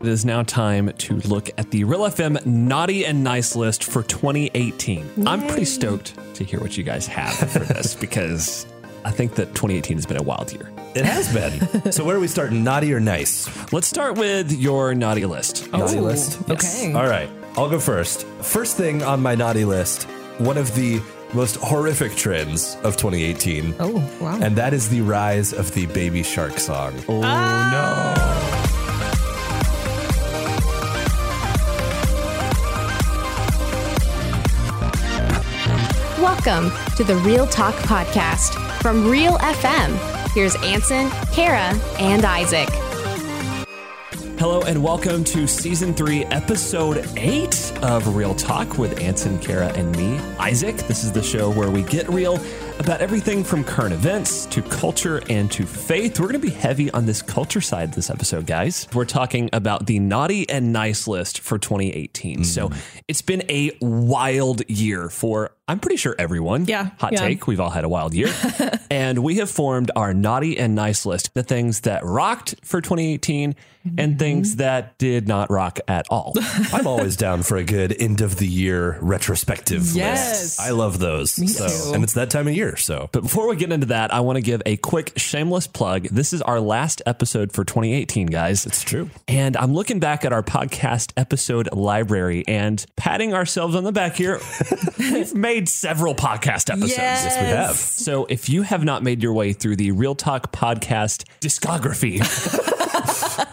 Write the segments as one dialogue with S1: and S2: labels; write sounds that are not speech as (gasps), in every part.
S1: It is now time to look at the Real FM Naughty and Nice list for 2018. I'm pretty stoked to hear what you guys have for this because I think that 2018 has been a wild year.
S2: It has been. so where are we starting? Naughty or nice?
S1: Let's start with your naughty list.
S2: Naughty list.
S3: Okay.
S2: All right, I'll go first. First thing on my naughty list, one of the most horrific trends of 2018,
S3: Oh, wow.
S2: and that is the rise of the baby shark song.
S4: Welcome to the Real Talk Podcast from Real FM. Here's Anson, Kara, and Isaac.
S1: Hello and welcome to season three, episode eight of Real Talk with Anson, Kara, and me, Isaac. This is the show where we get real about everything from current events to culture and to faith. We're going to be heavy on this culture side this episode, guys. We're talking about the naughty and nice list for 2018. So it's been a wild year for, I'm pretty sure everyone.
S3: Yeah,
S1: Hot
S3: yeah.
S1: take. We've all had a wild
S3: (laughs)
S1: year. and we have formed our naughty and nice list the things that rocked for 2018
S3: Mm-hmm.
S1: and things that did not rock at all.
S2: (laughs)
S3: (laughs)
S2: I'm always down for a good end of the year retrospective list.
S3: Yes.
S2: I love those.
S3: Me
S2: so,
S3: too.
S2: And it's that time of year, so.
S1: but before we get into that, I want to give a quick shameless plug. This is our last episode for 2018, guys. It's
S2: true.
S1: And I'm looking back at our podcast episode library and patting ourselves on the back
S2: (laughs)
S1: here. We've made several podcast episodes.
S3: Yes.
S2: We have.
S1: So if you have not made your way through the Real Talk podcast
S2: (laughs)
S1: discography,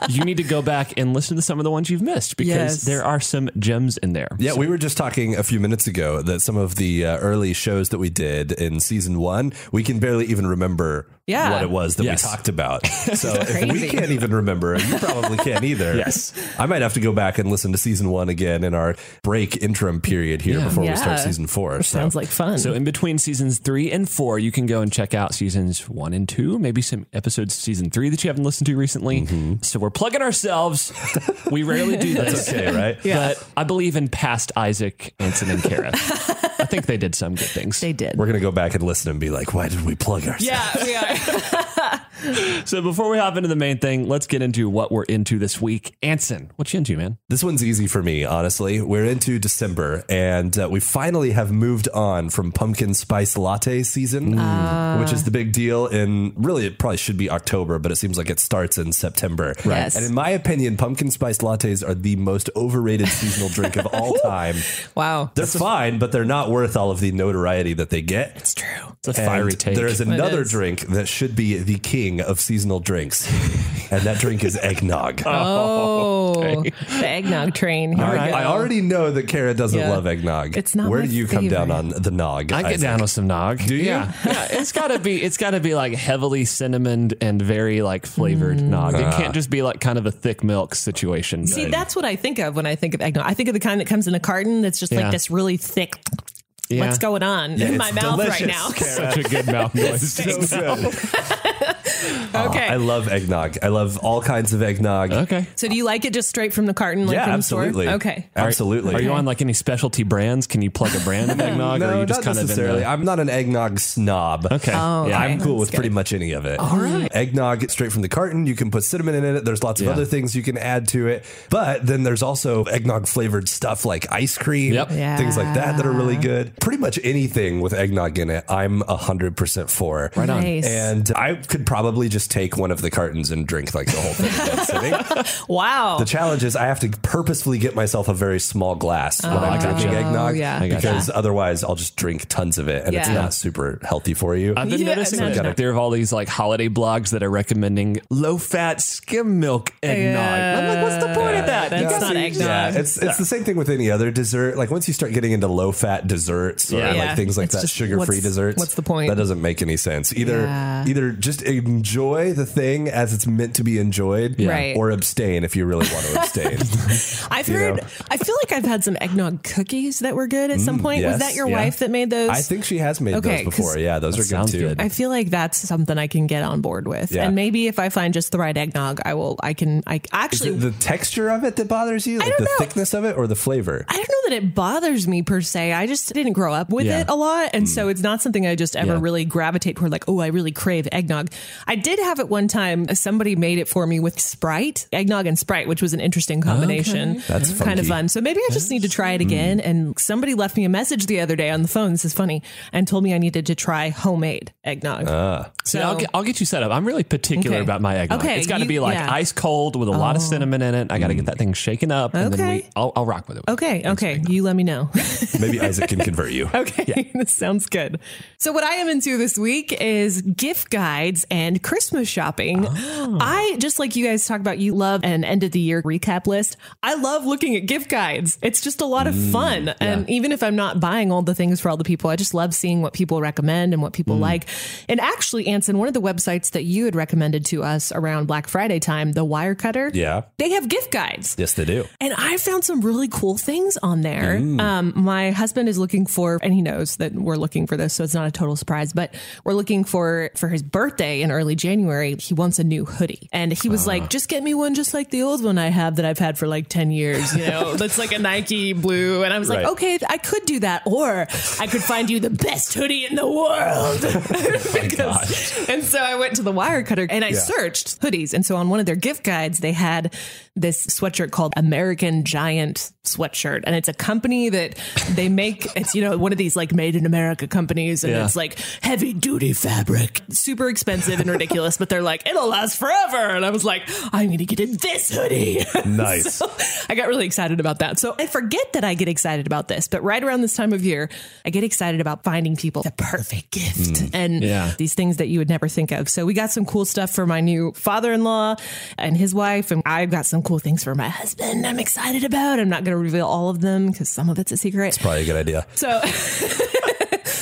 S1: you need to go back and listen to some of the ones you've missed because
S3: Yes.
S1: there are some gems in there.
S2: Yeah, we were just talking a few minutes ago that some of the uh, early shows that we did in season one, we can barely even remember
S3: Yeah.
S2: what it was that
S1: Yes.
S2: we talked
S3: (laughs)
S2: about. So if we
S3: Crazy.
S2: can't even remember, you probably can't
S3: (laughs)
S2: either.
S1: Yes.
S2: I might have to go back and listen to season one again in our break interim period here
S1: Yeah.
S2: before we
S3: Yeah.
S2: start season four. So.
S3: Sounds like fun.
S1: So in between seasons three and four, you can go and check out seasons one and two, maybe some episodes of season three that you haven't listened to recently.
S2: Mm-hmm.
S1: So we're plugging ourselves. we rarely
S2: (laughs)
S1: do this.
S3: (laughs)
S2: okay, right?
S1: But I believe in past Isaac, Anson, and Kara.
S3: (laughs)
S1: I think they did some good things.
S3: they did.
S2: We're going to go back and listen and be like, why did we plug ourselves?
S3: yeah, we are.
S1: So before we hop into the main thing, let's get into what we're into this week. Anson, what you into, man?
S2: This one's easy for me, honestly. We're into December, and uh, we finally have moved on from pumpkin spice latte season, which is the big deal. In really, it probably should be October, but it seems like it starts in September. Right.
S3: Yes.
S2: And in my opinion, pumpkin spice lattes are the most overrated seasonal drink of all time.
S3: (laughs)
S2: (laughs)
S3: Wow.
S2: They're fine, but they're not worth all of the notoriety that they get.
S3: It's true.
S1: It's a
S2: And
S1: fiery take.
S2: There is another
S3: is.
S2: drink that should be the king of seasonal drinks, and that drink is eggnog.
S3: Oh, the eggnog train. Here we
S2: I,
S3: go.
S2: I already know that Kara doesn't
S3: Yeah.
S2: love eggnog.
S3: It's not
S2: Where
S3: my
S2: do you come down on
S3: favorite.
S2: the nog?
S1: I get
S2: Isaac?
S1: down with some nog. Do
S2: you?
S1: Yeah, yeah. It's gotta be. It's gotta be like heavily cinnamoned and very like flavored nog. It
S2: Uh.
S1: can't just be like kind of a thick milk situation.
S3: Mm. See,
S1: But-
S3: that's what I think of when I think of eggnog. I think of the kind that comes in a carton that's just
S1: Yeah.
S3: like this really thick.
S1: Yeah.
S3: What's going on
S2: Yeah,
S3: in
S2: it's
S3: my mouth right
S2: delicious,
S3: now?
S2: Kara.
S1: such a good
S3: (laughs)
S1: mouth noise.
S2: It's so good. (laughs)
S3: okay.
S2: Oh, I love eggnog. I love all kinds of eggnog.
S1: (laughs) okay.
S3: so, do you like it just straight from the carton, like
S2: Yeah,
S3: from
S2: absolutely.
S3: the store? Okay.
S2: Absolutely.
S1: Are you on like any specialty brands? Can you plug a brand of eggnog, or are
S2: (laughs) No,
S1: you just
S2: not
S1: kind of in
S2: necessarily.
S1: the?
S2: I'm not an eggnog snob.
S1: Okay. Oh,
S2: Yeah,
S3: okay.
S2: I'm cool
S3: That's
S2: with
S3: good.
S2: pretty much any of it. All right. Eggnog straight from the carton. You can put cinnamon in it. There's lots of
S1: Yeah.
S2: other things you can add to it. But then there's also eggnog flavored stuff like ice cream,
S1: Yep.
S3: Yeah.
S2: things like that that are really good. Pretty much anything with eggnog in it, I'm 100% for. Right
S1: on.
S3: Nice.
S2: And I could probably just take one of the cartons and drink like the whole
S3: (laughs)
S2: thing. in one sitting.
S3: wow.
S2: The challenge is I have to purposefully get myself a very small glass when I'm
S1: I gotcha.
S2: drinking eggnog
S3: yeah. I Oh, gotcha.
S2: because otherwise I'll just drink tons of it and it's
S3: Yeah.
S2: not super healthy for you.
S1: I've been
S3: Yeah,
S1: noticing
S3: no,
S1: that
S3: no, no.
S1: like, there are all these like holiday blogs that are recommending low fat skim milk eggnog. I'm like, what's the point of that?
S3: that's
S1: You guys
S3: not
S1: are-
S3: eggnog.
S2: yeah, it's it's the same thing with any other dessert. Like once you start getting into low fat desserts or
S1: Yeah.
S2: like
S3: Yeah.
S2: things like
S3: It's
S2: that,
S3: just
S2: sugar free
S3: what's-
S2: desserts.
S3: what's the point?
S2: That doesn't make any sense. Either
S3: Yeah.
S2: either just enjoy the thing as it's meant to be enjoyed,
S3: Right.
S2: or abstain if you really want to
S3: (laughs)
S2: abstain.
S3: I've
S2: you
S3: heard.
S2: know. Mm,
S3: I feel like I've had some eggnog cookies that were good at some point.
S2: yes,
S3: Was that your
S2: yeah.
S3: wife that made those?
S2: I think she has made those
S3: Okay, 'cause-
S2: before. Yeah, those are good
S1: sounds
S2: too.
S1: good.
S3: I feel like that's something I can get on board with.
S2: Yeah.
S3: And maybe if I find just the right eggnog, I will. I can. I
S2: Is
S3: actually.
S2: it the texture of it that bothers you? Like
S3: don't
S2: the
S3: know.
S2: thickness of it or the flavor?
S3: I don't know that it bothers me per se. I just didn't grow up with
S1: Yeah.
S3: it a lot, and so it's not something I just ever
S1: Yeah.
S3: really gravitate toward. Like, oh, I really crave eggnog. I did have it one time. Somebody made it for me with Sprite, eggnog and Sprite, which was an interesting combination.
S2: That's
S3: kind
S2: funky.
S3: of fun. So maybe I just need to try it again. And somebody left me a message the other day on the phone. This is funny, and told me I needed to try homemade eggnog.
S1: So I'll get, I'll get you set up. I'm really particular
S3: Okay.
S1: about my eggnog.
S3: Okay,
S1: it's got to
S3: you-
S1: be like
S3: yeah. Oh.
S1: ice cold with a lot of cinnamon in it. I got to get that thing shaken up, and then we,
S3: Okay.
S1: I'll, I'll rock with it.
S3: Okay, okay, you let me know. (laughs)
S2: Maybe Isaac can convert you.
S3: Okay, (laughs) this sounds good. So, what I am into this week is gift guides and Christmas shopping. I just like you guys talk about, you love an end of the year recap list. I love looking at gift guides. It's just a lot of fun. And even if I'm not buying all the things for all the people, I just love seeing what people recommend and what people like. And actually, Anson, one of the websites that you had recommended to us around Black Friday time, the Wirecutter,
S2: Yeah.
S3: they have gift guides.
S2: Yes, they do.
S3: And I found some really cool things on there. Um, my husband is looking for, and he knows that we're looking for this, so it's not a total surprise. But we're looking for for his birthday in early January. He wants a new hoodie, and he was like, "Just get me one, just like the old one I have that I've had for like ten years. You know, that's like a Nike blue." And I was
S2: Right.
S3: like, "Okay, I could do that, or I could find you the best hoodie in the world." (laughs) Because- and so I went to the wire cutter and I searched hoodies. And so on one of their gift guides, they had this sweatshirt called American Giant sweatshirt. And it's a company that they make, it's, you know, one of these like made in America companies. And
S1: Yeah.
S3: it's like heavy duty fabric, super expensive and ridiculous, but they're like, it'll last forever. And I was like, I'm going to get in this hoodie. (laughs)
S2: Nice.
S3: So I got really excited about that. So I forget that I get excited about this, but right around this time of year, I get excited about finding people the perfect gift and
S1: Yeah.
S3: these things that you would never think of. So we got some cool stuff for my new father in law and his wife, and I've got some cool things for my husband I'm excited about. I'm not going to reveal all of them because some of it's a secret.
S2: Probably a good idea.
S3: So. (laughs)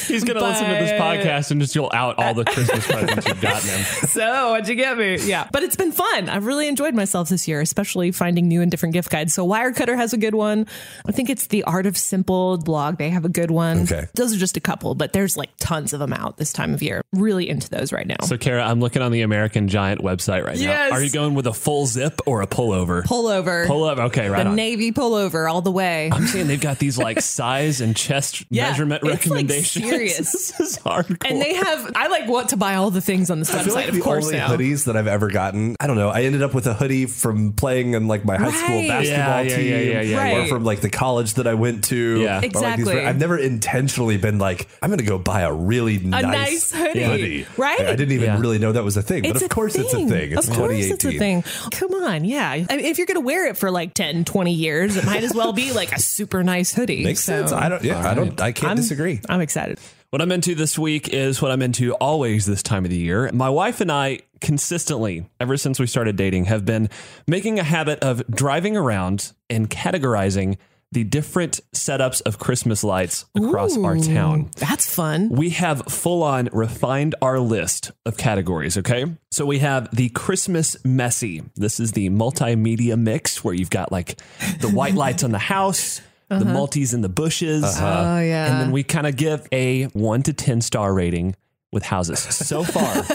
S1: He's gonna listen to this podcast and just yell out all the (laughs) Christmas presents you've gotten him.
S3: so what'd you get me? Yeah. (laughs) But it's been fun. I've really enjoyed myself this year, especially finding new and different gift guides. So Wirecutter has a good one. I think it's the Art of Simple blog. They have a good one.
S2: Okay.
S3: Those are just a couple, but there's like tons of them out this time of year. Really into those right now.
S1: So, Kara, I'm looking on the American Giant website right
S3: Yes.
S1: now. Are you going with a full zip or a pullover?
S3: pullover.
S1: pullover. Okay, right
S3: The
S1: on.
S3: navy pullover all the way.
S1: I'm saying they've got these like size and chest
S3: Yeah,
S1: measurement
S3: it's, like,
S1: recommendations. (laughs)
S3: serious.
S1: this is hardcore.
S3: (laughs) And they have, I like want to buy all the things on this
S2: I feel
S3: website,
S2: like
S3: of
S2: the
S3: course.
S2: only
S3: now.
S2: hoodies that I've ever gotten. I don't know. I ended up with a hoodie from playing in like my high school
S3: Right.
S2: basketball
S1: Yeah, yeah,
S2: team,
S1: yeah, yeah, yeah,
S3: yeah.
S2: or from like the college that I went to.
S1: Yeah.
S2: Or, like, these-
S3: Exactly.
S2: I've never intentionally been like, I'm going to go buy a really
S3: a
S2: nice,
S3: nice, hoodie, right?
S2: Like, I didn't even
S1: Yeah.
S2: really know that was a thing, but of course it's a thing. It's
S3: of course
S2: 2018.
S3: it's a thing. Come on, yeah. I mean, if you're going to wear it for like 10, 20 years, it might as well be like a super nice hoodie.
S2: Makes
S3: So,
S2: sense. I don't. Yeah, I don't. I can't disagree.
S3: I'm excited.
S1: What I'm into this week is what I'm into always this time of the year. My wife and I consistently, ever since we started dating, have been making a habit of driving around and categorizing the different setups of Christmas lights across our town.
S3: That's fun.
S1: We have full on refined our list of categories, okay? So we have the Christmas messy. This is the multimedia mix where you've got like the white lights on the house,
S3: Uh-huh.
S1: the multis in the bushes.
S3: Oh, yeah.
S1: And then we kind of give a one to 10 star rating with houses. So
S3: (laughs)
S1: far,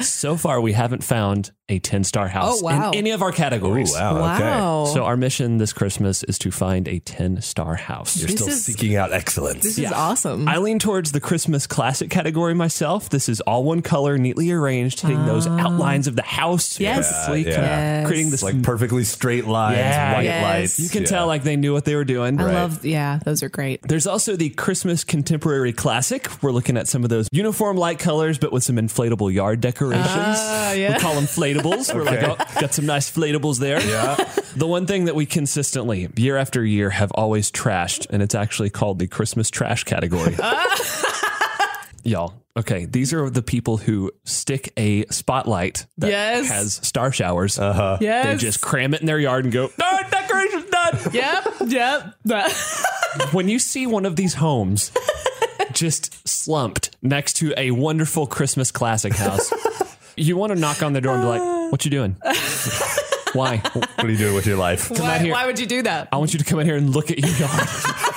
S1: so far, we haven't found a 10 star house
S3: Oh, wow.
S1: in any of our
S2: Oh
S1: categories.
S2: wow. Okay.
S3: wow.
S1: So our mission this Christmas is to find a 10 star house.
S2: You're
S3: This
S2: still
S3: is-
S2: seeking out excellence.
S3: this is awesome.
S1: I lean towards the Christmas classic category myself. This is all one color, neatly arranged, hitting those outlines of the house.
S3: Ah. Yes.
S1: perfectly,
S2: Yeah,
S1: kinda
S3: yeah.
S1: creating
S2: It's
S1: this.
S2: like perfectly straight lines,
S1: Yeah.
S2: white
S1: Yes.
S2: lights.
S1: you can
S2: Yeah.
S1: tell like they knew what they were doing.
S3: I love, yeah, those are great.
S1: There's also the Christmas contemporary classic. We're looking at some of those uniform light colors, but with some inflatable yard decorations.
S3: Ah, yeah.
S1: We call them flatables. We're like,
S2: Okay.
S1: oh, got some nice flatables there. Yeah. the one thing that we consistently, year after year, have always trashed, and it's actually called the Christmas trash category.
S3: Ah.
S1: (laughs) Y'all, okay, these are the people who stick a spotlight that
S3: Yes.
S1: has star showers. Uh-huh. They
S3: Yes.
S1: just cram it in their yard and go, no, decoration's done
S3: yep.
S2: (laughs)
S3: Yep.
S1: when you see one of these
S3: (laughs)
S1: homes just slumped next to a wonderful Christmas classic house, you want to knock on the door and be
S3: Uh.
S1: like, "What you
S3: (laughs)
S1: doing? Why?
S2: What are you doing with your life?
S1: out
S3: why,
S1: here.
S3: why would you do that?
S1: I want you to come in here and look at your yard.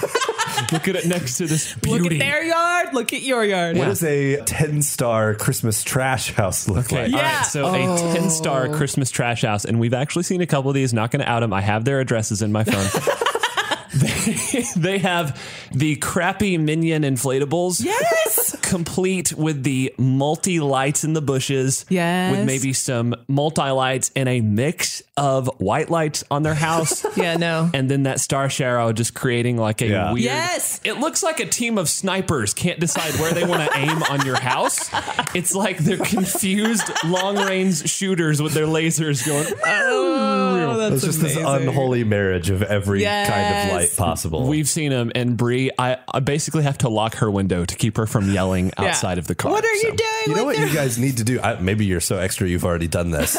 S1: (laughs) look at it next to this beauty."
S3: Look at their yard. Look at your yard.
S2: What does a 10 star Christmas trash house look
S1: Okay.
S2: like?
S1: All
S3: Yeah. Oh.
S1: right. So a 10 star
S3: (laughs)
S1: Christmas trash house. And we've actually seen a couple of these. Not going to out them. I have their addresses in my phone. They, they have the crappy minion inflatables.
S3: Yes.
S1: Complete with the multi lights in the bushes. With
S3: Yes.
S1: maybe some multi lights and a mix of white lights on their house.
S3: (laughs) yeah, no.
S2: (laughs)
S1: And then that star sharrow just creating like a
S2: Yeah.
S1: weird.
S3: Yes.
S1: It looks like a team of snipers can't decide where they
S3: (laughs)
S1: want to aim on your house. It's like they're confused long range shooters with their lasers going.
S3: Oh, that's
S2: It's just this unholy marriage of every kind
S3: Yes.
S2: of light possible.
S1: We've seen him, and Bree, I, I basically have to lock her window to keep her from yelling
S3: Yeah.
S1: outside of the car.
S3: What are
S1: so.
S3: you doing?
S2: you know
S3: with
S2: what
S3: your-
S2: you guys need to do? I, maybe you're so extra you've already
S1: (laughs)
S2: done this.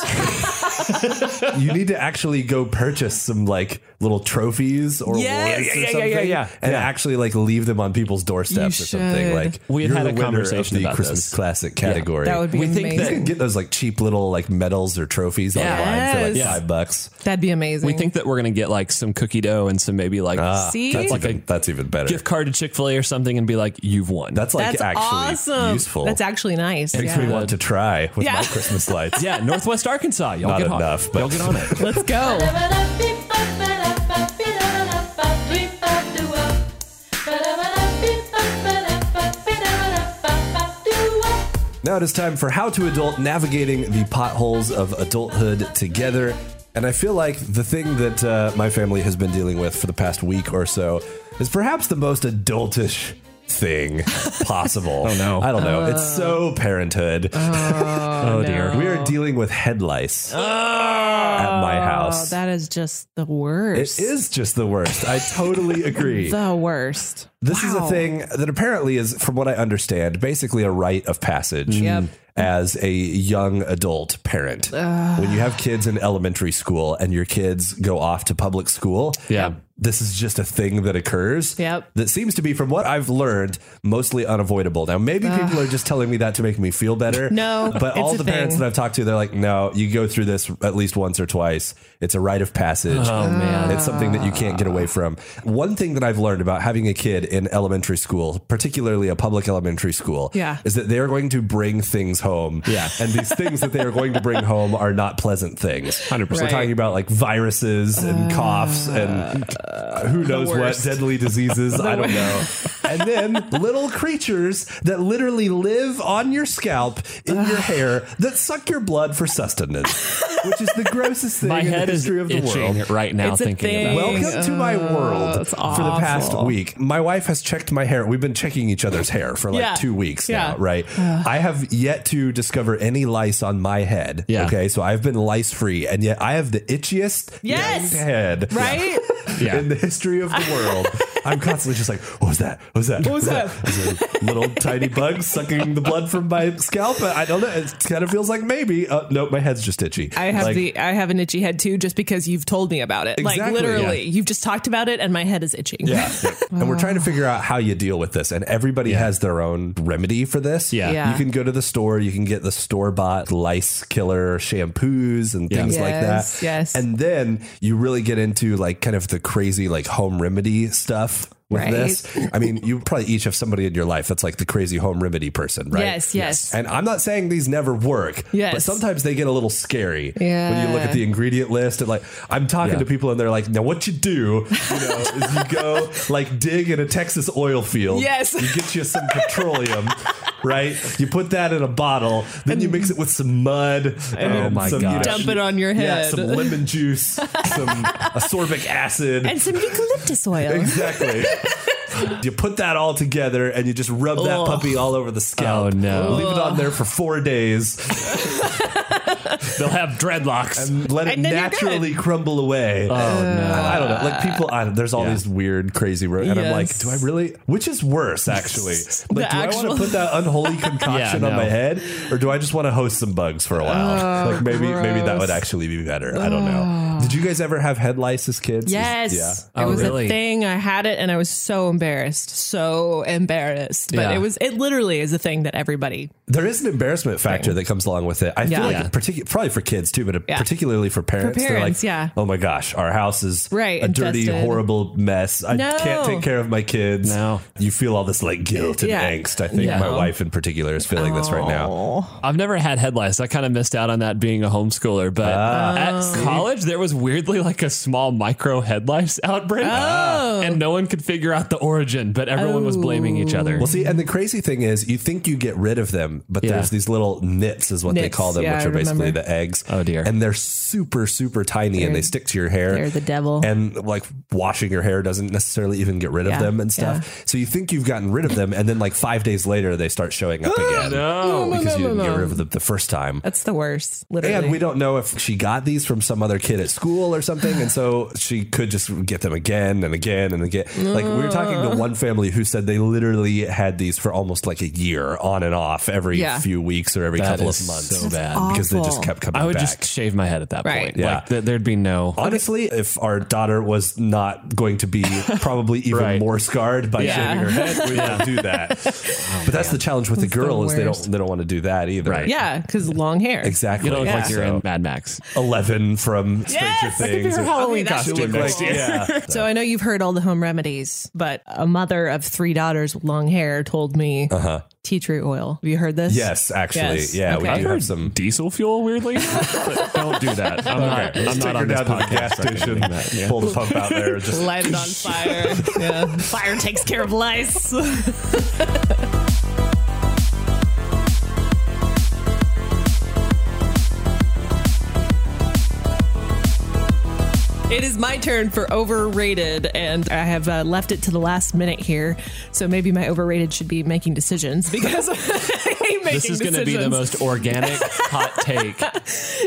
S2: you need to actually go purchase some like little trophies or awards
S3: Yes.
S2: or
S1: Yeah, yeah, yeah,
S2: something,
S1: yeah, yeah.
S2: and actually like leave them on people's doorsteps
S3: You
S2: or something.
S3: should.
S2: Like
S1: We had
S2: you're
S1: had
S2: the
S1: a
S2: winner of
S1: conversation
S2: the
S1: about
S2: Christmas
S1: this.
S2: classic category.
S3: That would be
S1: We think
S3: amazing.
S1: that-
S2: You can get those like cheap little like medals or trophies online for like
S3: Yes.
S2: five bucks.
S3: That'd be amazing.
S1: We think that we're going to get like some cookie dough and some maybe like
S2: Ah,
S3: See?
S2: that's
S1: Like
S2: even,
S1: a
S2: that's even better.
S1: gift card to Chick fil A or something and be like, you've won.
S2: That's like
S3: that's
S2: actually
S3: awesome.
S2: useful.
S3: That's actually nice.
S2: makes
S3: Yeah.
S2: me want to try with
S3: (laughs) Yeah.
S2: my Christmas lights.
S1: yeah,
S2: (laughs)
S1: Northwest Arkansas. Y'all
S2: Not
S1: get on
S2: enough,
S1: it.
S2: but-
S1: Y'all get on
S2: (laughs)
S1: it.
S3: Let's go.
S2: Now it is time for How to Adult Navigating the Potholes of Adulthood Together. And I feel like the thing that uh, my family has been dealing with for the past week or so is perhaps the most adultish thing
S3: (laughs)
S2: possible. oh
S1: no.
S2: I don't know. it's
S3: Uh.
S2: so parenthood.
S1: Oh, dear.
S2: We are dealing with head lice at my
S3: Oh,
S2: house.
S3: that is just the
S2: it
S3: worst.
S2: is just the worst. I totally
S3: (laughs)
S2: agree.
S3: the worst.
S2: This is a
S3: Wow.
S2: thing that apparently is, from what I understand, basically a rite of passage
S3: Yep.
S2: as a young adult parent. When you have kids in elementary school and your kids go off to public school,
S1: Yeah.
S2: this is just a thing that occurs.
S3: Yep.
S2: That seems to be, from what I've learned, mostly unavoidable. Now, maybe people are just telling me that to make me feel better.
S3: No,
S2: But
S3: it's
S2: all
S3: a
S2: the parents
S3: thing.
S2: that I've talked to, they're like, no, you go through this at least once or twice. It's a rite of passage. Oh, man. It's something that you can't get away from. One thing that I've learned about having a kid in elementary school, particularly a public elementary school,
S3: Yeah.
S2: is that they're going to bring things home.
S1: Yeah.
S2: And these things that they are going to bring home are not pleasant things.
S1: 100%.
S2: We're
S3: Right.
S2: talking about like viruses and coughs and who knows what
S3: worst.
S2: deadly
S3: (laughs)
S2: diseases. I don't know. And then little creatures that literally live on your scalp, in your hair, that suck your blood for sustenance, which is the grossest thing
S1: My
S2: in
S1: head
S2: the
S1: is
S2: history of the
S1: itching
S2: world.
S1: right now
S3: It's a
S1: thinking
S3: thing.
S1: about it.
S2: Welcome to my world
S3: that's
S2: for the past
S3: awful.
S2: week. My wife has checked my hair. We've been checking each other's hair for like
S3: Yeah.
S2: two weeks now,
S3: Yeah.
S2: right? I have yet to discover any lice on my head.
S1: Yeah.
S2: Okay. So I've been lice free, and yet I have the itchiest
S3: Yes.
S2: danged head
S3: Right?
S1: Yeah.
S2: (laughs) in the history of the
S3: (laughs)
S2: world. I'm constantly just like, what was that? What was that? What
S3: was
S2: Is it a little tiny bug sucking the blood from my scalp. I don't know. It kind of feels like maybe. Uh, nope, my head's just itchy.
S3: I have
S2: Like,
S3: the I have an itchy head too, just because you've told me about it. like
S2: Exactly.
S3: literally,
S2: Yeah.
S3: you've just talked about it, and my head is (laughs) itching.
S2: Yeah. And we're trying to figure out how you deal with this. And everybody has their own remedy for this.
S1: Yeah.
S3: Yeah.
S2: You can go to the store, you can get the store bought lice killer shampoos and things like that.
S3: Yes, yes.
S2: And then you really get into like kind of the crazy like home remedy stuff. With
S3: Right.
S2: this, I mean, you probably each have somebody in your life that's like the crazy home remedy person, right?
S3: Yes, yes.
S2: And I'm not saying these never work, but
S3: Yes.
S2: sometimes they get a little scary when you look
S3: Yeah.
S2: at the ingredient list and like I'm talking
S1: Yeah.
S2: to people and they're like, now what you do,
S3: (laughs)
S2: you know, is you go like dig in a Texas oil field.
S3: Yes.
S2: You get you some
S3: (laughs)
S2: petroleum, right? You put that in a bottle, then you mix it with some mud and
S1: Oh my
S2: some,
S1: gosh.
S3: Dump it on your
S2: Yeah,
S3: head.
S2: some lemon juice,
S3: (laughs)
S2: some ascorbic acid.
S3: And some eucalyptus oil.
S2: (laughs) Exactly. you put that all together and you just rub that
S3: Ugh.
S2: puppy all over the scalp.
S1: Oh, no.
S2: Leave it on there for four days
S1: (laughs) They'll have dreadlocks.
S2: and let it
S3: And then you're Uh,
S2: naturally crumble away. Oh no! I, I don't know. Like people, I, don't- there's all
S1: Yeah.
S2: these weird, crazy words, and I'm like,
S3: Yes.
S2: do I really? Which is worse, actually?
S3: (laughs) The
S2: Like, do I want to
S3: actual-
S2: put that
S3: (laughs)
S2: unholy concoction
S1: Yeah,
S2: on my
S1: no.
S2: head, or do I just want to host some bugs for a while? like maybe, maybe that
S3: gross.
S2: would actually be better. I don't know. Did you guys ever have head lice as kids?
S3: Yes.
S2: Yeah.
S1: Oh,
S3: it was
S1: really?
S3: a thing. I had it and I was so embarrassed. So embarrassed. But
S1: Yeah.
S3: it was it literally is a thing that everybody
S2: There is an embarrassment factor that comes along with it. I feel
S3: Yeah.
S2: like
S1: Yeah.
S2: particular probably for kids too, but
S3: Yeah.
S2: particularly for parents. they're
S3: parents,
S2: like,
S3: yeah.
S2: Oh my gosh, our house is
S3: Right,
S2: a dirty,
S3: infested.
S2: horrible mess. I
S3: No.
S2: can't take care of my kids.
S1: No.
S2: You feel all this like guilt and
S3: Yeah.
S2: angst. I think
S1: Yeah.
S2: my wife in particular is feeling this right now.
S1: I've never had head lice. I kind of missed out on that being a homeschooler. But
S3: Ah.
S1: at
S3: Oh.
S1: college, there was weirdly like a small micro head lice outbreak,
S3: Oh.
S1: and no one could figure out the origin. But everyone was blaming each other.
S3: Oh.
S2: Well, see, and the crazy thing is, you think you get rid of them, but
S1: Yeah.
S2: there's these little nits, is what they
S3: Nits,
S2: call them,
S3: yeah,
S2: which
S3: I
S2: are basically
S3: remember.
S2: the eggs.
S1: Oh, dear.
S2: And they're super, super tiny, and they stick to your hair.
S3: they're the devil.
S2: And like washing your hair doesn't necessarily even get rid
S3: Yeah,
S2: of them and stuff. So you think you've gotten rid of them, and then like five days later, they start showing up
S1: (gasps)
S2: again
S1: no.
S2: because you didn't get rid of them the first time.
S3: That's the worst. Literally.
S2: And we don't know if she got these from some other kid at school or something. And so she could just get them again and again and again. Like, we were talking to one family who said they literally had these for almost like a year on and off every
S3: Yeah.
S2: few weeks or every
S1: That
S2: couple of
S1: is
S2: months.
S1: so bad.
S2: Because they just
S3: awful.
S2: kept coming
S1: I would
S2: back.
S1: just shave my head at that
S3: Right.
S1: point.
S2: Yeah.
S1: Like th- there'd be no.
S2: Honestly, if our daughter was not going
S1: (laughs)
S2: to be probably even
S1: Right.
S2: more scarred by
S1: Yeah. Oh,
S2: shaving her head, we don't do that.
S1: (laughs)
S2: but that's the challenge with the girl is they don't they don't want to do that either.
S1: Right.
S3: yeah, because long hair.
S2: Exactly.
S1: You don't look
S3: Yeah.
S1: like you're
S2: So,
S1: in Mad Max.
S2: Eleven from Stranger
S3: Yes! That could be
S2: Things.
S1: her
S2: or-
S1: Halloween
S3: Okay, that's
S2: She'll
S1: costume
S2: look
S1: next
S2: like-
S1: year.
S2: yeah.
S3: So I know you've heard all the home remedies, but a mother of three daughters with long hair told me tea tree oil. Have you heard this?
S2: Uh-huh. Yes, actually.
S3: Yes.
S2: Yeah,
S3: Okay.
S2: we do
S1: Or
S2: have some.
S1: diesel fuel,
S3: (laughs)
S1: weirdly. But don't do that. I'm not. I'm not on this podcast. recommending that. Yeah.
S2: (laughs) pull the pump out there. Just
S1: (laughs)
S3: Light it on fire. yeah. Fire takes care of lice. It is my turn for overrated, and I have uh, left it to the last minute here. So maybe my overrated should be making decisions because (laughs) I hate making
S1: This is going to be the
S3: decisions.
S1: most
S3: (laughs)
S1: organic hot take.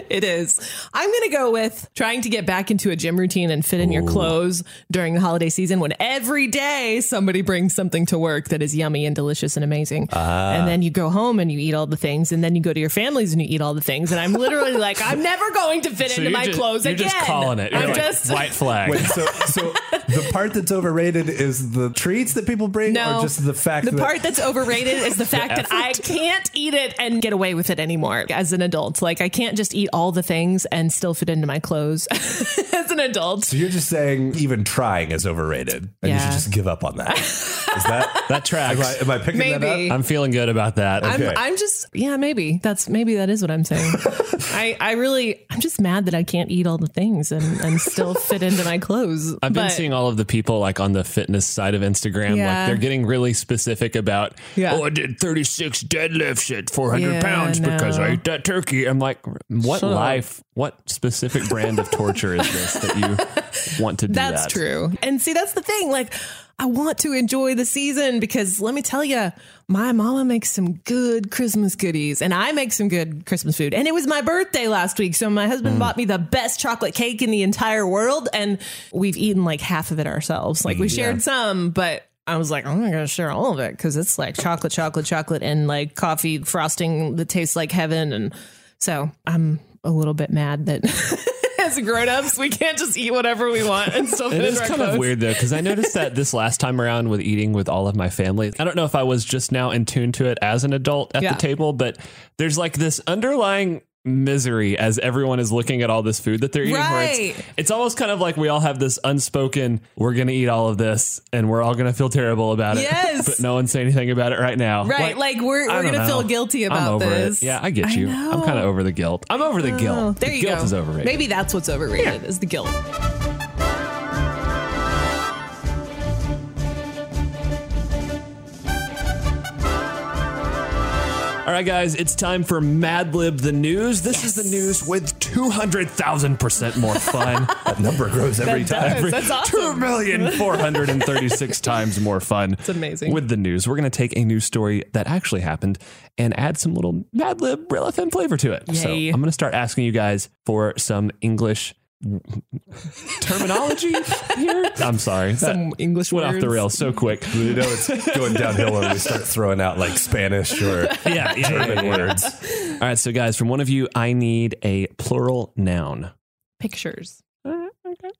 S3: It is. I'm going to go with trying to get back into a gym routine and fit in your clothes during the holiday season when every day somebody brings something to work that is yummy and delicious and amazing. And then you go home and you eat all the things and then you go to your families and you eat all the things. And I'm literally like, I'm never going to fit
S1: So
S3: into
S1: you're
S3: my
S1: just,
S3: clothes
S1: you're
S3: again.
S1: just calling it. You're
S3: I'm
S1: like,
S3: just.
S1: white flag.
S2: (laughs) Wait, so so the part that's overrated is the treats that people bring,
S3: (laughs) No,
S2: or just the fact
S3: the
S2: that
S3: part that's overrated is the fact that I can't eat it and get away with it anymore as an adult. Like I can't just eat all the things and still fit into my clothes (laughs) as an adult.
S2: so you're just saying even trying is overrated, and you
S3: Yeah.
S2: should just give up on
S3: (laughs)
S2: that. Is that
S1: that tracks.
S2: am I, am I picking
S3: Maybe.
S2: that up?
S1: I'm feeling good about that.
S2: Okay.
S3: I'm, I'm just yeah maybe that's maybe that is what I'm saying. I I really I'm just mad that I can't eat all the things and and still fit into my clothes.
S1: I've been
S3: But-
S1: seeing all of the people like on the fitness side of Instagram.
S3: Yeah.
S1: Like they're getting really specific about,
S3: Yeah.
S1: oh, I did 36 deadlifts at 400
S3: Yeah,
S1: pounds because I
S3: no.
S1: ate that turkey. I'm like, what
S3: Shut up.
S1: life, what specific brand of torture is this that
S3: (laughs)
S1: you want to do
S3: That's
S1: that?
S3: true. And see, that's the thing. Like, I want to enjoy the season because let me tell you, my mama makes some good Christmas goodies and I make some good Christmas food. And it was my birthday last week. So my husband bought me the best chocolate cake in the entire world. And we've eaten like half of it ourselves. Like, we shared some, but. I was like, I'm not gonna share all of it because it's like chocolate, chocolate, chocolate, and like coffee frosting that tastes like heaven. And so I'm a little bit mad that (laughs) as grown-ups we can't just eat whatever we want and still fit
S1: It is
S3: into our
S1: kind of
S3: clothes.
S1: weird though, because I noticed that
S3: (laughs)
S1: this last time around with eating with all of my family, I don't know if I was just now in tune to it as an adult at
S3: Yeah.
S1: the table, but there's like this underlying misery as everyone is looking at all this food that they're eating. where it's,
S3: Right.
S1: it's almost kind of like we all have this unspoken, we're going to eat all of this and we're all going to feel terrible about it.
S3: Yes.
S1: But no one's saying anything about it right now.
S3: Right, like, we're-
S1: I
S3: we're
S1: don't
S3: gonna feel
S1: know.
S3: guilty
S1: I'm
S3: about
S1: over it.
S3: this.
S1: Yeah, I get you. I'm
S3: know.
S1: kind of over the guilt. I'm over the
S3: Oh,
S1: guilt.
S3: there
S1: the
S3: you
S1: guilt
S3: go.
S1: is overrated.
S3: Maybe that's what's overrated is
S1: (laughs)
S3: the guilt.
S1: All right, guys, it's time for Mad Lib the news. This is the news with 200,000% more
S3: (laughs)
S1: fun.
S2: That number grows every time.
S3: does. That's awesome.
S1: 2,436 times more fun. It's
S3: amazing.
S1: With the news, we're going to take a news story that actually happened and add some little Mad Lib Real FM flavor to it. So
S3: Yay.
S1: I'm going to start asking you guys for some English
S3: (laughs)
S1: terminology here. I'm sorry.
S3: Some English
S1: went off the
S3: words.
S1: rails so
S3: (laughs)
S1: quick.
S2: You know it's going downhill when we start throwing out like Spanish
S3: (laughs)
S2: or
S1: Yeah, yeah, yeah,
S2: German
S1: yeah, yeah.
S2: words.
S1: All right, so guys, from one of you, I need a plural noun.
S3: Pictures.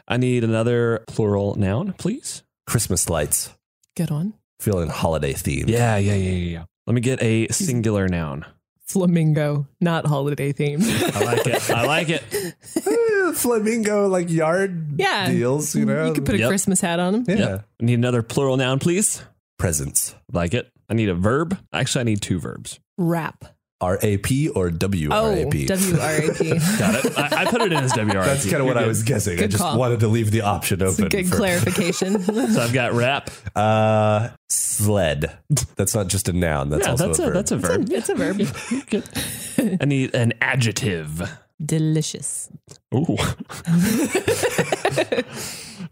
S1: I need another plural noun, please.
S2: Christmas lights,
S3: Good one.
S2: feeling holiday themed.
S1: Yeah, yeah, yeah, yeah. yeah. Let me get a singular noun.
S3: flamingo, not
S1: (laughs)
S3: holiday themed. (laughs)
S1: I like it. I like (laughs) it.
S2: Eh, Flamingo like yard
S3: Yeah.
S2: deals, you know.
S3: you could put a
S1: Yep.
S3: Christmas hat on them.
S2: yeah.
S1: Yep. Need another plural noun, please.
S2: Presents.
S1: Like it. I need a verb. Actually, I need two verbs.
S3: Wrap.
S2: R A P or W R
S3: Oh,
S2: A
S1: (laughs)
S2: P.
S3: W R A P.
S1: Got it. I, I put it in as WR.
S2: That's kind of what I was guessing. I
S3: Good
S2: just
S3: call.
S2: wanted to leave the option
S3: It's
S2: open.
S3: a good
S1: (laughs)
S2: for-
S3: clarification.
S1: So I've got rap.
S2: Uh, sled. That's not just a noun. That's
S1: yeah,
S2: also
S1: that's
S2: a,
S1: a,
S2: verb.
S1: that's a verb.
S3: it's a verb.
S1: Good. I need an adjective. (laughs)
S3: Delicious.
S1: Ooh.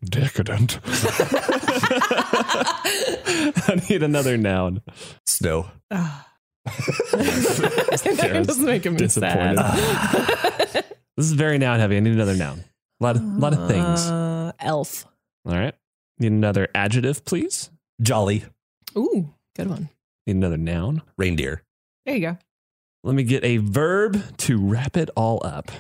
S1: Decadent. (laughs) I need another noun.
S2: snow.
S3: That doesn't make him
S1: Disappointed.
S3: sad.
S1: (laughs) this is very noun heavy. I need another noun. A lot of, lot of things. All
S3: Uh, elf.
S1: right. Need another adjective, please.
S2: Jolly.
S3: Ooh, good one.
S1: Need another noun.
S2: Reindeer.
S3: There you go.
S1: Let me get a verb to wrap it all up.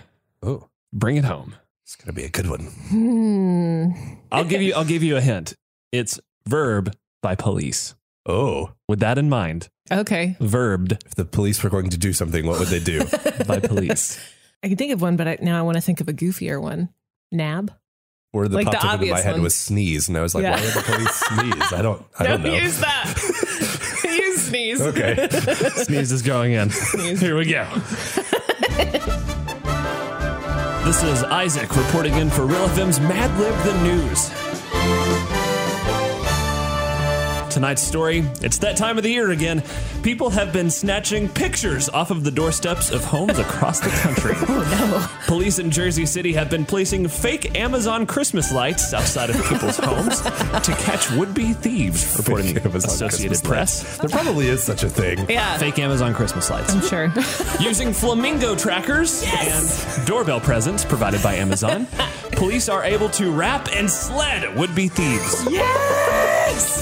S2: Oh,
S1: Bring it home.
S2: it's gonna be a good one.
S3: Hmm.
S1: I'll give you I'll give you a hint. It's verb by police.
S2: Oh,
S1: With that in mind,
S3: Okay.
S1: verbed
S2: if the police were going to do something, what would they
S3: (laughs)
S2: do?
S1: by police.
S3: I can think of one, but I, now I want to think of a goofier one. Nab.
S2: Word that
S3: Like the
S2: popped up into my
S3: obvious
S2: head
S3: one.
S2: was sneeze, and I was like,
S3: Yeah.
S2: why would the
S3: (laughs)
S2: police sneeze? I don't. I don't know.
S3: use that. (laughs) use sneeze.
S2: Okay.
S1: Sneeze is going in. Here we go. this is Isaac reporting in for Real FM's Mad Lib the News. Tonight's story it's that time of the year again. People have been snatching pictures off of the doorsteps of homes across the country. Police in Jersey City have been placing fake Amazon Christmas lights outside of people's homes to catch would be thieves, reporting
S2: Fake Amazon
S1: Associated
S2: Christmas
S1: Press.
S2: There probably is such a thing.
S3: Yeah.
S1: Fake Amazon Christmas lights.
S3: I'm sure.
S1: Using flamingo trackers and doorbell presents provided by Amazon, police are able to wrap and sled would be thieves.
S3: yes.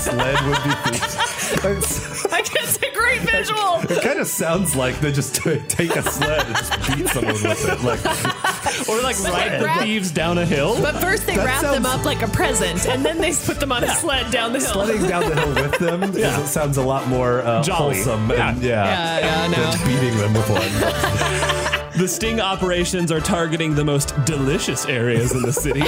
S2: Sled would be
S3: (laughs)
S2: thieves.
S3: I guess a great visual.
S2: It kind of sounds like they just take a sled and just beat someone with it. Like,
S1: Or like ride
S3: Wrap-
S1: the thieves down a hill.
S3: But first they wrap them
S2: sounds-
S3: up like a present, and then they put them on a sled down the hill.
S2: sledding down the hill with them is-
S1: Yeah.
S2: it sounds a lot more uh,
S1: Jolly.
S2: wholesome and
S3: Yeah,
S2: yeah,
S3: yeah,
S2: than beating them with one.
S1: The sting operations are targeting the most delicious areas in the city.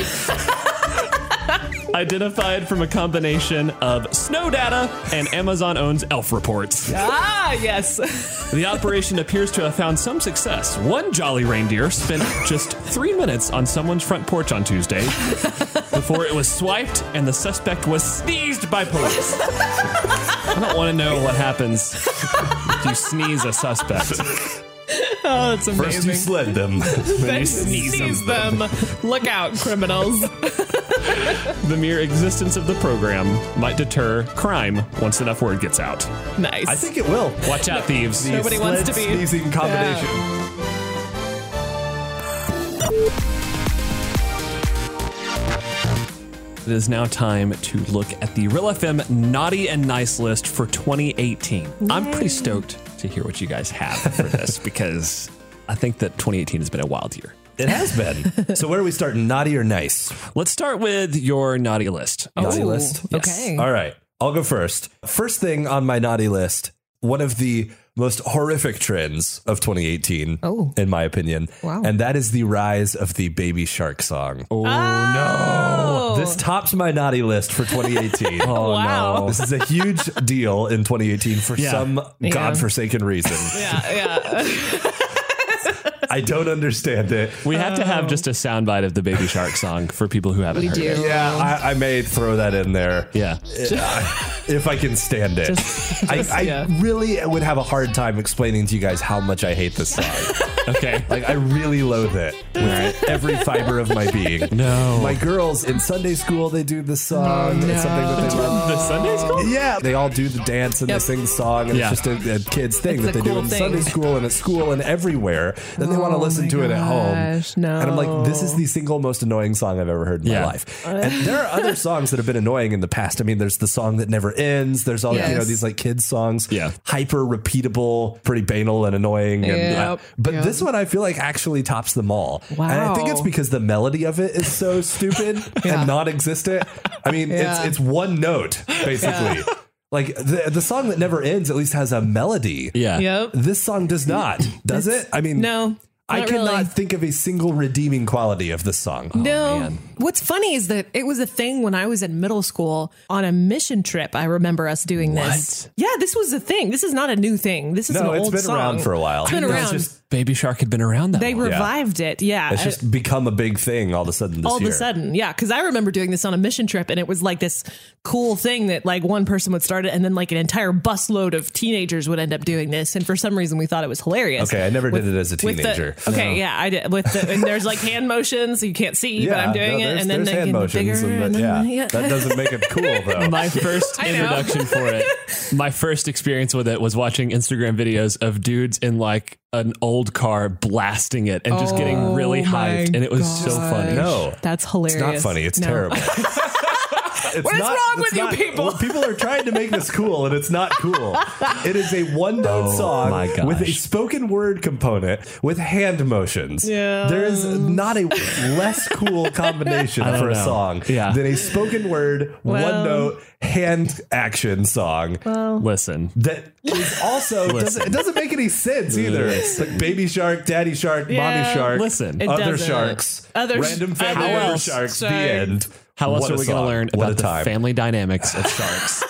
S1: Identified from a combination of snow data and Amazon owns elf reports.
S3: Ah, yes.
S1: The operation appears to have found some success. One jolly reindeer spent just three minutes on someone's front porch on Tuesday before it was swiped and the suspect was sneezed by police. I don't want to know what happens if you sneeze a suspect.
S3: Oh, it's
S2: First you sled them, then you
S3: (laughs)
S2: sneeze, them.
S3: them. Look out, criminals.
S1: The mere existence of the program might deter crime once enough word gets out.
S3: nice.
S2: I think it will.
S1: Watch out, thieves.
S2: The
S3: Nobody wants to be-
S2: sneezing combination.
S1: It is now time to look at the Real FM Naughty and Nice list for 2018. I'm pretty stoked to hear what you guys have for
S3: (laughs)
S1: this because I think that 2018 has been a wild year.
S2: It has been. so where do we start? Naughty or nice?
S1: Let's start with your naughty list.
S2: naughty list?
S3: Okay.
S2: All right, I'll go first. First thing on my naughty list, one of the most horrific trends of 2018,
S3: Oh.
S2: in my opinion.
S3: Wow.
S2: And that is the rise of the Baby Shark song.
S1: Oh, no.
S3: Oh.
S2: This tops my naughty list for
S3: (laughs)
S2: 2018.
S1: Oh
S3: Wow.
S1: no.
S2: This is a huge deal in 2018 for
S1: Yeah.
S2: some
S3: Yeah.
S2: godforsaken reason.
S3: yeah, yeah.
S2: I don't understand it.
S1: We have to have just a soundbite of the Baby Shark song for people who haven't
S3: We
S1: heard
S3: do.
S1: it.
S2: Yeah, I, I may throw that in there.
S3: (laughs)
S1: Yeah.
S2: if I can stand it. I, I
S3: yeah.
S2: really would have a hard time explaining to you guys how much I hate this song.
S1: Okay.
S2: like, I really loathe it with every fiber of my being.
S1: No.
S2: My girls in Sunday school, they do this song. It's something that they love.
S1: the Sunday school?
S2: Yeah, they all do the dance and
S3: Yep.
S2: they sing the song, and
S1: Yeah.
S2: it's just a, a kid's thing
S3: It's
S2: that
S3: a
S2: they do
S3: cool
S2: in
S3: thing.
S2: Sunday school and at school and everywhere. Then they want to
S3: Oh
S2: listen
S3: my
S2: to it at home.
S3: gosh, no.
S2: And I'm like, this is the single most annoying song I've ever heard in
S1: Yeah.
S2: my life. And there are other songs that have been annoying in the past. I mean, there's the song that never ends. There's all you know
S3: Yes.
S2: these like kids songs,
S1: Yeah.
S2: hyper repeatable, pretty banal and annoying. And, uh,
S3: Yep.
S2: but
S3: Yep.
S2: this one I feel like actually tops them all. And I think
S3: Wow.
S2: it's because the melody of it is so stupid
S3: (laughs) Yeah.
S2: and non-existent. I mean,
S3: Yeah.
S2: it's it's one note basically. (laughs) Like the, the song that never ends at least has a melody.
S1: Yeah.
S3: Yep.
S2: This song does not, does it? I mean,
S3: No.
S2: I
S3: not
S2: cannot
S3: really. Oh,
S2: think of a single redeeming quality of this song.
S3: No.
S1: man.
S3: What's funny is that it was a thing when I was in middle school on a mission trip. I remember us doing this. Yeah, this was a thing. This is not a new thing. This is
S2: No,
S3: an
S2: it's
S3: old
S2: been
S3: song.
S2: around for a while.
S3: It's been
S2: It's
S3: around.
S1: Just Baby Shark had been around that
S3: they
S1: long.
S3: revived it. Yeah. uh,
S2: It's just become a big thing all of a sudden this
S3: all
S2: year.
S3: of a sudden. Yeah, because I remember doing this on a mission trip, and it was like this cool thing that like one person would start it, and then like an entire busload of teenagers would end up doing this. And for some reason, we thought it was hilarious.
S2: Okay, I never did it as a
S3: With the-
S2: teenager.
S3: okay, yeah, I did. With the, and there's like hand motions you can't see, but I'm doing
S2: no, there's-
S3: it, and then
S2: there's
S3: they
S2: hand
S3: get
S2: motions,
S3: bigger.
S2: and
S3: and
S2: that-
S3: then,
S2: yeah, that doesn't make it cool
S3: (laughs)
S2: though.
S1: My first
S3: know.
S1: introduction for
S3: (laughs)
S1: it, my first experience with it was watching Instagram videos of dudes in like an old car blasting it and just getting really
S3: Oh my
S1: hyped. And it was so
S3: gosh.
S1: funny.
S2: no,
S3: That's hilarious.
S2: it's not funny. It's
S3: No. (laughs)
S2: terrible. It's
S3: What is wrong with
S2: it's
S3: you people?
S2: well, (laughs) people are trying to make this cool, and it's not cool. It is a one note song
S1: Oh my gosh.
S2: with a spoken word component with hand motions.
S3: Yeah.
S2: There is not a less cool combination
S1: don't
S2: for a
S1: know.
S2: song
S1: Yeah.
S2: than a spoken word, one
S3: Well.
S2: note, hand action song.
S1: Listen.
S2: that is also doesn't, it doesn't make any sense either. It's like baby shark, daddy shark, mommy
S3: Yeah.
S2: shark,
S1: Listen. It
S2: other
S3: doesn't.
S2: sharks,
S3: Other sh-
S2: random family
S3: other
S2: member
S1: else.
S2: sharks. The
S3: Sorry.
S2: end.
S1: How else
S2: What
S1: are
S2: a
S1: we going to
S2: song.
S1: learn
S2: what
S1: about
S2: a time.
S1: the family dynamics
S2: (laughs)
S1: of sharks?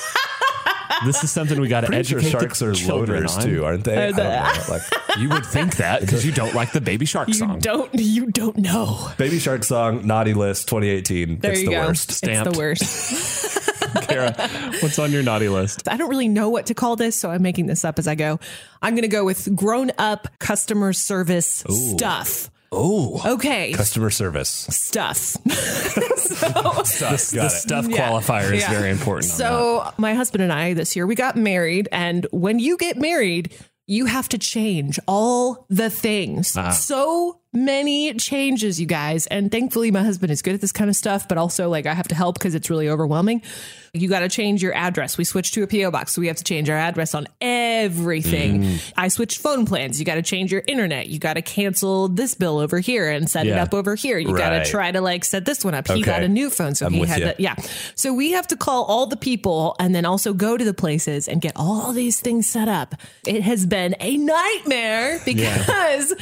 S1: this is something we got to
S2: Pretty
S1: educate
S2: sure
S1: the
S2: sharks are
S1: children
S2: loaders
S1: on.
S2: too, aren't they? I
S3: Uh,
S2: don't
S3: the- (laughs)
S2: know. Like
S1: You would think that
S2: (laughs)
S1: because you don't like the baby shark
S3: You
S1: song.
S3: don't. You don't know.
S2: baby shark song, naughty list, 2018.
S3: There
S2: it's
S3: you
S2: the
S3: go.
S2: worst.
S1: Stamped.
S3: It's the worst.
S1: Kara, what's on your naughty list?
S3: I don't really know what to call this, so I'm making this up as I go. I'm going to go with grown up customer service stuff.
S1: Oh,
S3: Okay,
S1: (laughs)
S2: Customer service.
S3: stuff. (laughs) so,
S1: the,
S2: Got
S1: the
S2: it.
S1: stuff
S3: Yeah.
S1: qualifier is
S3: Yeah.
S1: very important. on that.
S3: so my husband and I this year we got married, and when you get married, you have to change all the things. So many changes, you guys. And thankfully, my husband is good at this kind of stuff, but also like I have to help because it's really overwhelming. You got to change your address. We switched to a PO box, so we have to change our address on everything. I switched phone plans. You got to change your internet. You got to cancel this bill over here and set it
S1: Yeah.
S3: up over here. You got
S2: Right.
S3: to try to like set this one up. He got
S2: Okay.
S3: a new phone, so
S2: I'm
S3: he
S2: with
S3: had
S2: you.
S3: that. Yeah. So we have to call all the people and then also go to the places and get all these things set up. It has been a nightmare because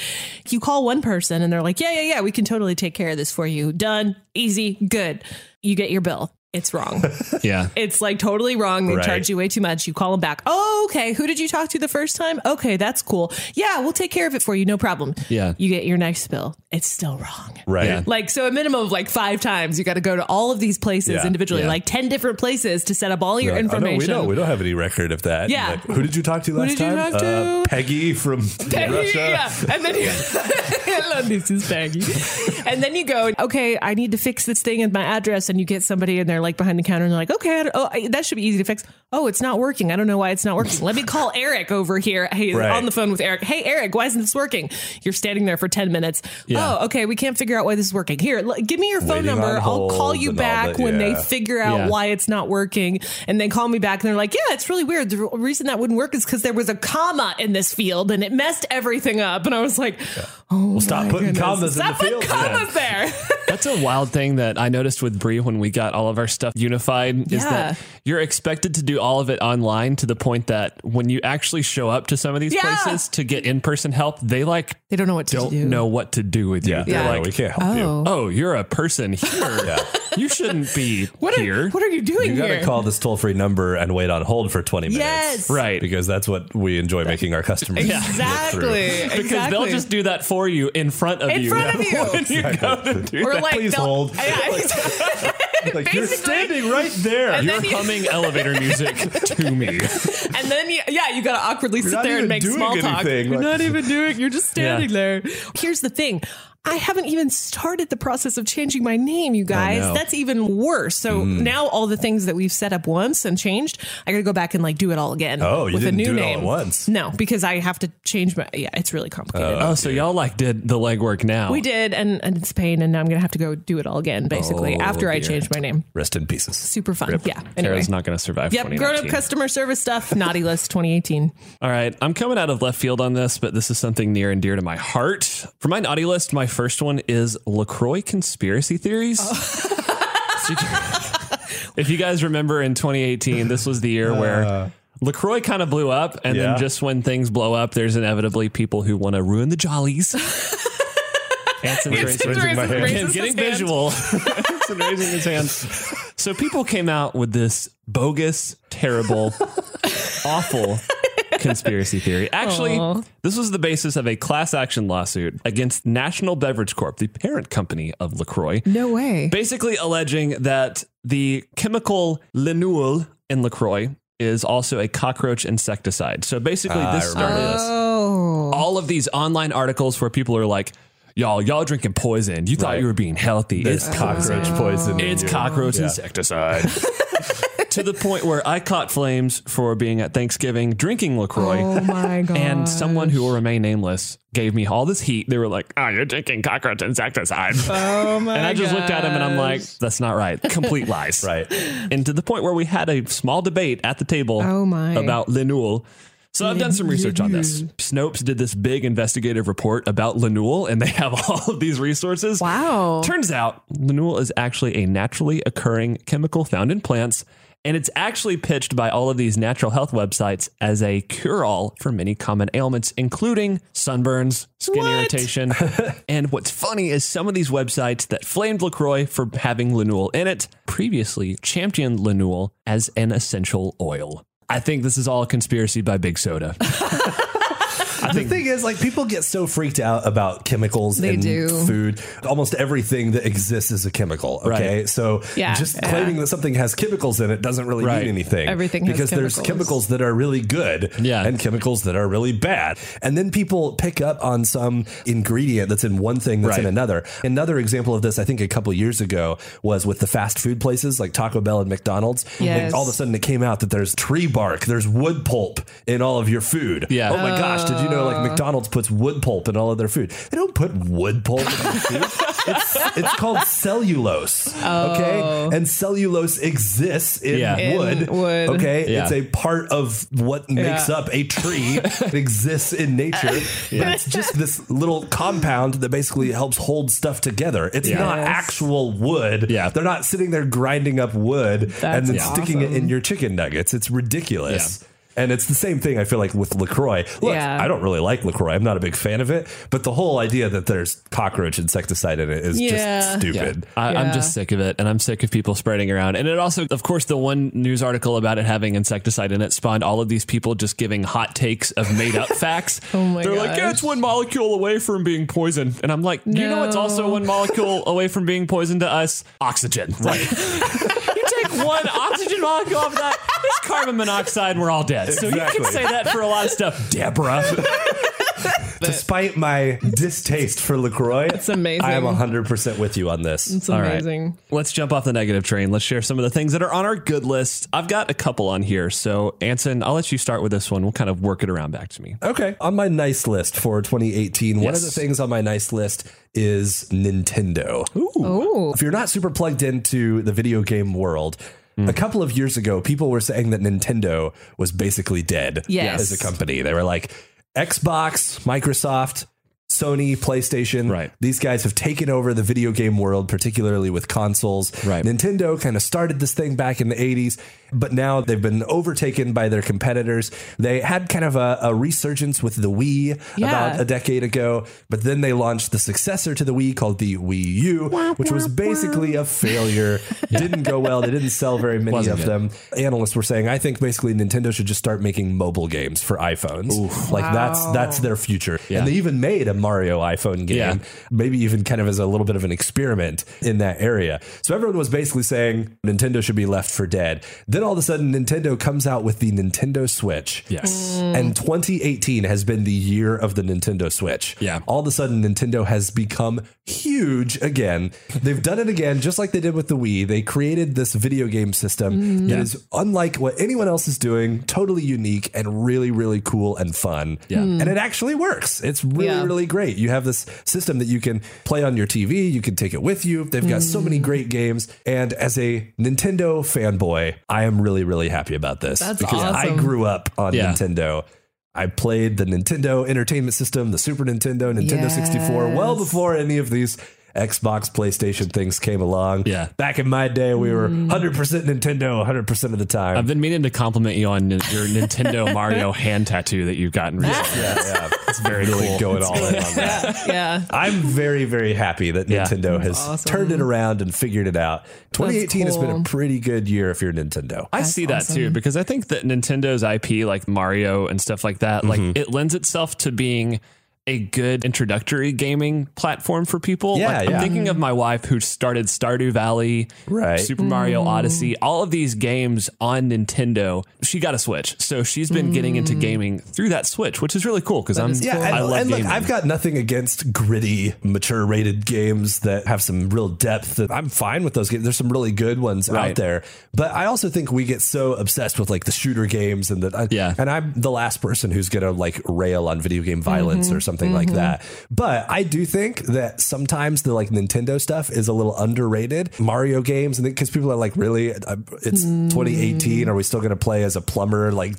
S3: you call one person and they're like, yeah, yeah, yeah, we can totally take care of this for you. Done. Easy. Good. You get your bill. It's
S2: (laughs)
S3: wrong.
S1: yeah.
S3: It's like totally wrong. They
S2: Right.
S3: charge you way too much. You call them back. Oh, okay. Who did you talk to the first time? Okay, that's cool. Yeah, we'll take care of it for you. No problem.
S1: Yeah.
S3: You get your next bill. It's still wrong.
S2: Right.
S1: Yeah.
S3: Like, so a minimum of like five times, you got to go to all of these places
S2: Yeah,
S3: individually,
S1: yeah.
S3: like 10 different places to set up all your
S2: Like, oh, no, we
S3: information. (laughs)
S2: don't. We don't have any record of that.
S3: Yeah.
S2: Like, who did you talk to last
S3: did you
S2: time?
S3: talk to?
S2: Uh, Peggy from Russia.
S3: Yeah. And then you, (laughs) Hello, this is Peggy. And then you go, okay, I need to fix this thing in my address. And you get somebody and they're like behind the counter and they're like, okay, I don't- oh, I- that should be easy to fix. Oh, it's not working. I don't know why it's not working. Let me call Eric over here. Hey,
S2: Right.
S3: on the phone with Eric. Hey, Eric, why isn't this working? You're standing there for 10 minutes.
S1: Yeah.
S3: Oh, okay. We can't figure out why this is working. Here, l- give me your phone
S2: Waiting on
S3: number. I'll call
S2: hold
S3: you
S2: and all
S3: back
S2: that,
S3: when
S2: yeah.
S3: they figure out
S1: Yeah.
S3: why it's not working. And they call me back and they're like, yeah, it's really weird. The re- reason that wouldn't work is because there was a comma in this field and it messed everything up. And I was like, oh,
S2: Stop
S3: my
S2: uh, putting
S3: goodness.
S2: commas
S3: Stop
S2: in the
S3: putting
S2: field.
S3: commas there.
S1: That's a wild thing that I noticed with Bree when we got all of our stuff unified is
S3: Yeah.
S1: that you're expected to do all of it online to the point that when you actually show up to some of these
S3: Yeah.
S1: places to get in-person help, they like
S3: (laughs) they don't know what to
S1: don't
S3: do.
S1: know what to do with you.
S2: Yeah.
S1: They're
S2: no,
S1: like,
S2: we can't help you.
S3: Oh.
S1: "Oh, you're a
S3: (laughs)
S1: person here. You shouldn't be
S3: What
S1: here."
S3: are, what are you doing
S2: You gotta
S3: here?
S2: call this toll free number and wait on hold for 20 minutes.
S3: Yes.
S1: right.
S2: Because that's what we enjoy making our customers. live through.
S3: (laughs)
S1: (laughs)
S3: Exactly.
S1: because
S3: exactly.
S1: they'll just do that for you in front of
S3: In
S1: you.
S3: front of you.
S1: when you go to do
S3: Or
S1: that.
S3: like
S2: Please
S3: they'll-
S2: hold.
S3: (laughs) Yeah, exactly.
S2: Like, you're
S3: Basically-
S2: standing right there.
S3: And
S1: (laughs)
S2: You're
S1: You're
S3: then you-
S1: humming elevator music to me.
S3: and then you, yeah, you got to awkwardly sit
S2: not
S3: there
S2: even
S3: and make
S2: doing
S3: small talk.
S2: anything,
S3: You're
S2: like-
S3: not even doing. You're just standing
S1: Yeah.
S3: there. Here's the thing. I haven't even started the process of changing my name,
S2: Oh,
S3: you guys.
S1: no.
S3: That's even worse. So
S2: Mm.
S3: now all the things that we've set up once and changed, I got to go back and like do it all again.
S2: Oh, you
S3: with
S2: didn't
S3: a new
S2: do it all
S3: name
S2: at once.
S3: No, because I have to change my. Yeah, it's really complicated.
S1: Oh, so y'all like did the legwork now.
S3: we did, and, and it's pain, and now I'm gonna have to go do it all again, basically,
S1: Oh,
S3: after I
S1: dear.
S3: change my name.
S2: Rest in pieces.
S3: Super fun, yeah. Anyway,
S1: Kara's not going to survive.
S3: yep, grown up
S1: 2019.
S3: customer service stuff, naughty list 2018.
S1: All right, I'm coming out of left field on this, but this is something near and dear to my heart. For my naughty list, my (laughs) first one is Lacroix conspiracy theories. So you can- If you guys remember in 2018, this was the year where LaCroix kind of blew up. And
S2: Yeah.
S1: then just when things blow up, there's inevitably people who want to ruin the jollies. Anson's raising-
S2: raising my hand.
S1: Again,
S3: Raises
S1: getting
S3: his hand. (laughs)
S1: visual. Hanson raising his hand. So people came out with this bogus, terrible, awful conspiracy theory. Actually, this was the basis of a class action lawsuit against National Beverage Corp, the parent company of LaCroix,
S3: No way.
S1: basically alleging that the chemical linol in LaCroix is also a cockroach insecticide. So basically,
S2: Ah, I
S1: this started
S2: remember
S1: this
S3: Oh.
S1: all of these online articles where people are like, y'all, y'all drinking poison. You thought
S2: Right.
S1: you were being healthy.
S2: There's
S1: it's
S2: cockroach
S3: Oh.
S2: poison. in
S1: It's
S2: you.
S1: cockroach
S2: Yeah.
S3: (laughs)
S1: insecticide. to the point where I caught flames for being at Thanksgiving drinking LaCroix.
S3: Oh (laughs) my god.
S1: And someone who will remain nameless gave me all this heat. They were like, "Oh, you're drinking cockroach insecticide,"
S3: (laughs) Oh
S1: (laughs)
S3: my
S1: and I just looked at him and I'm like, "That's not right. Complete lies."
S2: Right.
S1: And to the point where we had a small debate at the table
S3: Oh my.
S1: about Linul. So I've done some research on this. Snopes did this big investigative report about Linul, and they have (laughs) all of these resources.
S3: Wow.
S1: Turns out Linul is actually a naturally occurring chemical found in plants, and it's actually pitched by all of these natural health websites as a cure all for many common ailments, including sunburns, skin irritation. and what's funny is some of these websites that flamed LaCroix for having Linul in it previously championed Linul as an essential oil. I think this is all a conspiracy by Big Soda.
S2: The thing is, like, people get so freaked out about chemicals
S3: They
S2: and
S3: do.
S2: food. Almost everything that exists is a chemical. Okay,
S1: Right.
S2: so
S3: Yeah,
S2: just
S3: yeah.
S2: claiming that something has chemicals in it doesn't really
S1: Right.
S2: mean anything.
S3: Everything has
S2: because there's
S3: chemicals.
S2: chemicals that are really good,
S1: Yeah.
S2: and chemicals that are really bad. And then people pick up on some ingredient that's in one thing that's in
S1: Right.
S2: another. Another example of this, I think, a couple years ago was with the fast food places like Taco Bell and McDonald's.
S3: Yes.
S2: And all of a sudden, it came out that there's tree bark, there's wood pulp in all of your food.
S1: Yeah.
S2: Oh my gosh, did you know like McDonald's puts wood pulp in all of their food? They don't put wood pulp in their food.
S3: (laughs)
S2: It's, it's called cellulose. Okay. And cellulose exists in
S1: Yeah. In
S2: wood.
S3: Oh. wood.
S2: Okay.
S1: Yeah.
S2: It's a part of what makes
S3: Yeah.
S2: up a tree. it exists in
S3: (laughs)
S2: nature. But it's just this little compound that basically helps hold stuff together. It's
S1: Yeah.
S2: not
S3: Yes.
S2: actual wood.
S1: Yeah.
S2: They're not sitting there grinding up wood and
S3: That's
S2: then sticking it in your chicken nuggets. It's ridiculous. And it's the same thing I feel like with LaCroix. Look,
S3: Yeah.
S2: I don't really like LaCroix. I'm not a big fan of it, but the whole idea that there's cockroach insecticide in it is
S3: Yeah.
S2: just stupid.
S1: I, I'm
S3: Yeah.
S1: just sick of it, and I'm sick of people spreading around. And it also, of course, the one news article about it having insecticide in it spawned all of these people just giving hot takes of made
S3: (laughs)
S1: up facts.
S3: Oh my
S1: They're like, yeah,
S3: gosh.
S1: it's one molecule away from being poisoned, and I'm like, you know, it's also
S3: No.
S1: one molecule away from being poisoned to us, oxygen.
S3: (laughs)
S1: Like, you take one oxygen molecule off of that, it's carbon monoxide, and we're all dead. So you can
S2: Exactly.
S1: say that for a lot of stuff, (laughs) Deborah.
S2: (laughs) Despite my distaste for LaCroix, it's
S3: amazing.
S2: I am 100% with you on this.
S3: It's amazing.
S1: Let's jump off the negative train. Let's share some of the things that are on our good list. I've got a couple on here. So, Anson, I'll let you start with this one. We'll kind of work it around back to me.
S2: Okay. On my nice list for 2018, one of
S1: Yes.
S2: the things on my nice list is Nintendo.
S3: Oh.
S2: If you're not super plugged into the video game world,
S1: Hmm.
S2: a couple of years ago, people were saying that Nintendo was basically dead
S3: Yes.
S2: as a company. They were like, Xbox, Microsoft, Sony, PlayStation.
S1: Right.
S2: These guys have taken over the video game world, particularly with consoles.
S1: Right.
S2: Nintendo kind of started this thing back in the 80s, but now they've been overtaken by their competitors. They had kind of a, a resurgence with the Wii
S3: Yeah.
S2: about a decade ago, but then they launched the successor to the Wii called the Wii U, which was basically a failure. Didn't go well. They didn't sell very many
S1: Wasn't
S2: of
S1: good.
S2: them. Analysts were saying, I think basically Nintendo should just start making mobile games for iPhones. like that's that's their future. And they even made a Mario iPhone game,
S1: Yeah.
S2: maybe even kind of as a little bit of an experiment in that area. So everyone was basically saying Nintendo should be left for dead. Then all of a sudden Nintendo comes out with the Nintendo Switch.
S1: Yes.
S2: And 2018 has been the year of the Nintendo Switch.
S1: Yeah.
S2: All of a sudden, Nintendo has become huge again. They've done it again, just like they did with the Wii. They created this video game system that is unlike what anyone else is doing, totally unique and really, really cool and fun. Yeah. And it actually works. It's really,
S3: Yeah.
S2: really great. You have this system that you can play on your TV, you can take it with you. They've got so
S3: Mm.
S2: many great games. And as a Nintendo fanboy, I am really, really happy about this.
S3: That's
S2: because I
S3: awesome.
S2: grew grew up on
S1: Yeah.
S2: Nintendo. I played the Nintendo Entertainment System, the Super Nintendo, Nintendo 64, well
S3: Yes.
S2: before any of these. Xbox, PlayStation things came along.
S1: Yeah.
S2: Back in my day, we were 100% Nintendo 100% of the time.
S1: I've been meaning to compliment you on your Nintendo Mario hand tattoo that you've gotten recently.
S2: yeah, yeah.
S1: It's very
S2: really
S1: cool.
S2: going all in on that.
S3: Yeah.
S2: (laughs) I'm very, very happy that
S1: Yeah.
S2: Nintendo has
S3: awesome.
S2: turned it around and figured it out. 2018 has been
S3: cool.
S2: a pretty good year if you're Nintendo.
S1: I see that too because I think that Nintendo's IP like Mario and stuff like that
S2: Mm-hmm.
S1: like it lends itself to being a good introductory gaming platform for people.
S2: Yeah,
S1: like,
S2: yeah.
S1: I'm thinking of my wife who started Stardew Valley,
S2: Right.
S1: Super Mario Odyssey, all of these games on Nintendo. She got a Switch, so she's been getting into gaming through that Switch, which is really cool because I'm
S2: Yeah, and,
S1: I love
S2: and look,
S1: gaming.
S2: I've got nothing against gritty, mature rated games that have some real depth. That I'm fine with those games. There's some really good ones
S1: Right.
S2: out there, but I also think we get so obsessed with like the shooter games and the
S1: Yeah.
S2: And I'm the last person who's gonna like rail on video game violence
S3: Mm-hmm.
S2: or something like that. But I do think that sometimes the like Nintendo stuff is a little underrated. Mario games, and because people are like, really, Uh, it's
S3: Mm.
S2: 2018. Are we still gonna play as a plumber
S3: (laughs)
S2: like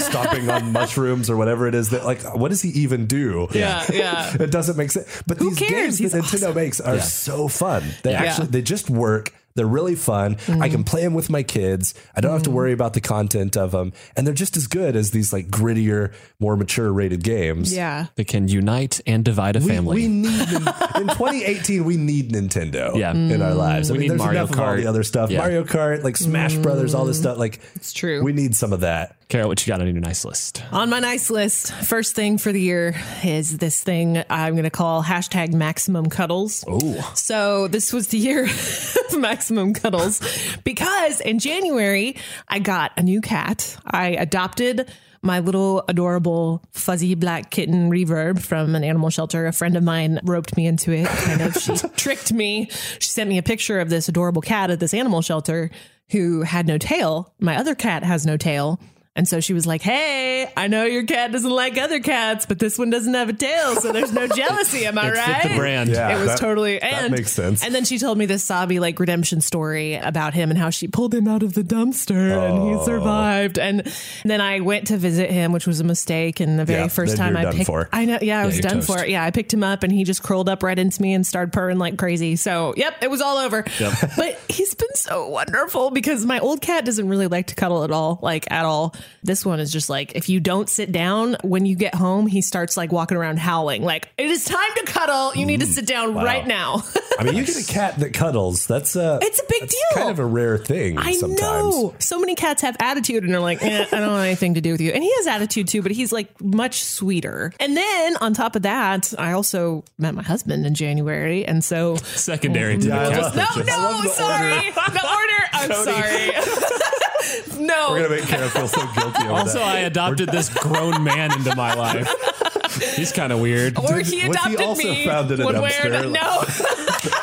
S2: stomping on mushrooms or whatever it is that like what does he even do?
S3: Yeah, yeah.
S2: (laughs) it doesn't make sense. But these
S3: cares?
S2: games
S3: He's
S2: that Nintendo makes are so fun. They actually they just work. They're really fun. I
S3: Mm.
S2: can play them with my kids. I don't have to worry about the content of them, and they're just as good as these like grittier, more mature rated games.
S3: Yeah.
S1: that can unite and divide a
S2: We,
S1: family.
S2: we need
S1: (laughs)
S2: in 2018. We need Nintendo
S1: Yeah.
S2: in our lives. I
S1: We
S2: mean,
S1: need
S2: there's
S1: Mario
S2: enough of all
S1: Kart.
S2: the other stuff.
S1: Yeah.
S2: Mario Kart, like Smash Brothers, all this stuff. Like it's
S3: Mm. true.
S2: We need some of that.
S1: Kara, what you got on your nice list?
S3: On my nice list, first thing for the year is this thing I'm going to call hashtag maximum cuddles. Oh. So this was the year (laughs) of maximum cuddles because in January, I got a new cat. I adopted my little adorable fuzzy black kitten reverb from an animal shelter. A friend of mine roped me into it. Kind
S1: (laughs)
S3: of, she tricked me. She sent me a picture of this adorable cat at this animal shelter who had no tail. My other cat has no tail. And so she was like, Hey, I know your cat doesn't like other cats, but this one doesn't have a tail, so
S1: (laughs)
S3: there's no jealousy. Am I
S1: It
S3: right?
S1: fit the brand.
S2: Yeah.
S3: it was
S2: that-
S3: totally
S2: that
S3: and
S2: makes sense.
S3: And then she told me this sobby like redemption story about him and how she pulled him out of the dumpster
S2: Oh.
S3: and he survived. And, then I went to visit him, which was a mistake. And the very
S2: Yeah,
S3: first
S2: then you're
S3: time I
S2: done
S3: picked,
S2: for.
S3: I know, yeah, I was
S2: you're
S3: done
S2: toast.
S3: for it. Yeah, I picked him up and he just curled up right into me and started purring like crazy. So yep, it was all over. (laughs) but he's been so wonderful because my old cat doesn't really like to cuddle at all, like at all. This one is just like if you don't sit down when you get home, he starts like walking around howling, like it is time to cuddle. You need to sit down right
S2: (laughs)
S3: now.
S2: I mean, you get a cat that cuddles. That's a
S3: It's a big
S2: that's
S3: deal.
S2: Kind of a rare thing.
S3: I
S2: sometimes.
S3: know so many cats have attitude and are like, eh, I don't want anything to do with you. And he has attitude too, but he's like much sweeter. And then on top of that, I also met my husband in January,
S2: (laughs)
S3: and so
S1: Secondary to
S2: I
S1: the
S2: love
S1: cat.
S3: no,
S1: picture.
S3: no, sorry, the order.
S2: (laughs)
S3: I'm sorry. (laughs) no,
S2: We're gonna make Kara feel so guilty. Over
S1: Also,
S2: that.
S1: I adopted this grown man into my life. He's kind of weird.
S3: or
S2: Did-
S3: he
S2: was he
S3: adopted
S2: also
S3: me
S2: found in a
S3: one way or
S2: dumpster?
S3: another. No, (laughs)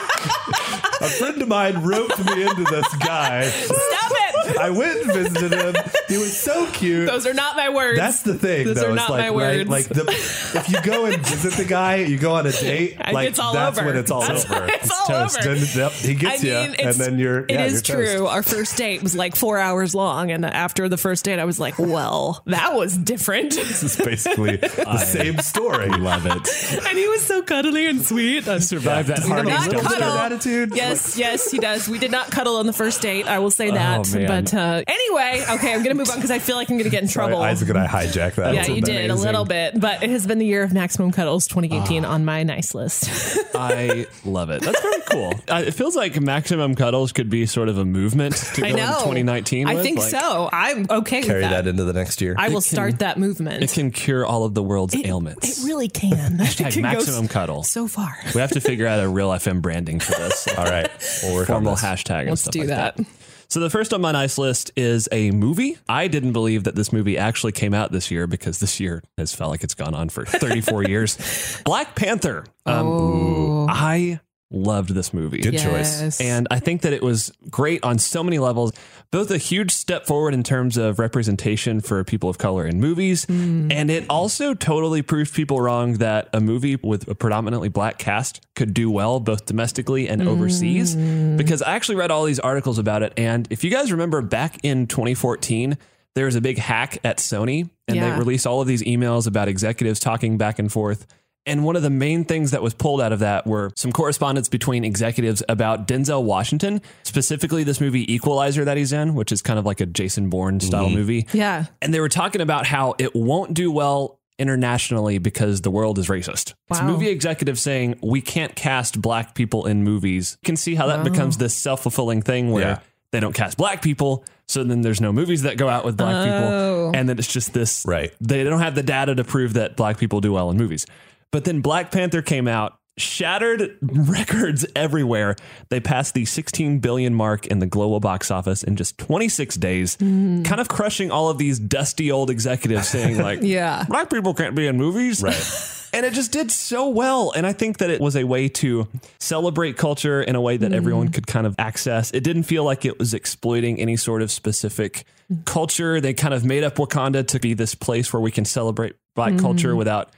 S2: a friend of mine roped me into this guy.
S3: stop it.
S2: I went and visited him. He was so cute.
S3: Those are not my words.
S2: That's the thing,
S3: Those
S2: though.
S3: are
S2: it's
S3: not
S2: like,
S3: my
S2: right,
S3: words.
S2: like the, if you go and visit the guy, you go on a date.
S3: I-
S2: like
S3: it's all
S2: that's
S3: over.
S2: when it's all
S3: That's
S2: over.
S3: when it's all
S2: toast.
S3: over.
S2: Then, yep, he gets you, and
S3: it's-
S2: then you're.
S3: It
S2: yeah,
S3: is
S2: you're
S3: true.
S2: toast.
S3: Our first date was like four hours long, and after the first date, I was like, "Well, that
S2: (laughs)
S3: was different."
S2: It's
S1: (laughs)
S2: basically the same story.
S1: Love it.
S3: and he was so cuddly and sweet. I
S1: Survived that
S2: Have
S1: hard
S2: a
S3: Not
S2: little bit of
S3: cuddle.
S2: attitude.
S3: Yes, yes, he does. We did not cuddle on the first date. I will say
S2: Oh,
S3: that.
S1: man.
S3: but uh, anyway, okay, I'm gonna move on because I feel like I'm gonna get in
S2: All right,
S3: trouble.
S2: Isaac and I hijack that.
S3: yeah,
S2: That's
S3: you did a
S2: amazing. Ah.
S3: little bit, but it has been the year of maximum cuddles 2018 on my nice list.
S1: I love it. That's very cool. (laughs) Uh, it feels like maximum cuddles could be sort of a movement to go
S3: (laughs) I
S1: into
S3: know
S1: 2019.
S3: I
S1: with.
S3: think
S1: Like,
S3: so. I'm okay
S2: Carry
S3: with that.
S2: that into the next year.
S3: I will start that movement.
S1: It can cure all of the world's ailments.
S3: It
S2: (laughs)
S3: really can. It
S1: Hashtag
S3: can go
S1: maximum cuddle.
S3: so far.
S1: we have to figure out a real FM branding for this.
S2: All (laughs) right, we'll work on
S1: Formal
S2: this.
S1: hashtag. and
S3: Let's
S1: stuff
S3: do
S1: like
S3: that.
S1: So the first on my nice list is a movie. I didn't believe that this movie actually came out this year because this year has felt like it's gone on for 34 years. Black Panther. Um, I loved this movie.
S2: Good choice.
S1: And I think that it was great on so many levels, both a huge step forward in terms of representation for people of color in movies. And it also totally proved people wrong that a movie with a predominantly black cast could do well, both domestically and overseas. Because I actually read all these articles about it. And if you guys remember back in 2014, there was a big hack at Sony and
S3: Yeah.
S1: they released all of these emails about executives talking back and forth. And one of the main things that was pulled out of that were some correspondence between executives about Denzel Washington, specifically this movie Equalizer that he's in, which is kind of like a Jason Bourne style movie.
S3: Yeah.
S1: And they were talking about how it won't do well internationally because the world is racist. It's
S3: Wow.
S1: movie executives saying we can't cast black people in movies. You can see how that
S3: Oh.
S1: becomes this self fulfilling thing where
S2: Yeah.
S1: they don't cast black people. So then there's no movies that go out with black
S3: Oh.
S1: people. And then it's just this
S2: Right.
S1: they don't have the data to prove that black people do well in movies. But then Black Panther came out, shattered (laughs) records everywhere. They passed the 16 billion mark in the global box office in just 26 days, kind of crushing all of these dusty old executives saying like,
S3: Yeah.
S1: black people can't be in movies. (laughs)
S2: Right.
S1: And it just did so well. And I think that it was a way to celebrate culture in a way that everyone could kind of access. It didn't feel like it was exploiting any sort of specific culture. They kind of made up Wakanda to be this place where we can celebrate black culture without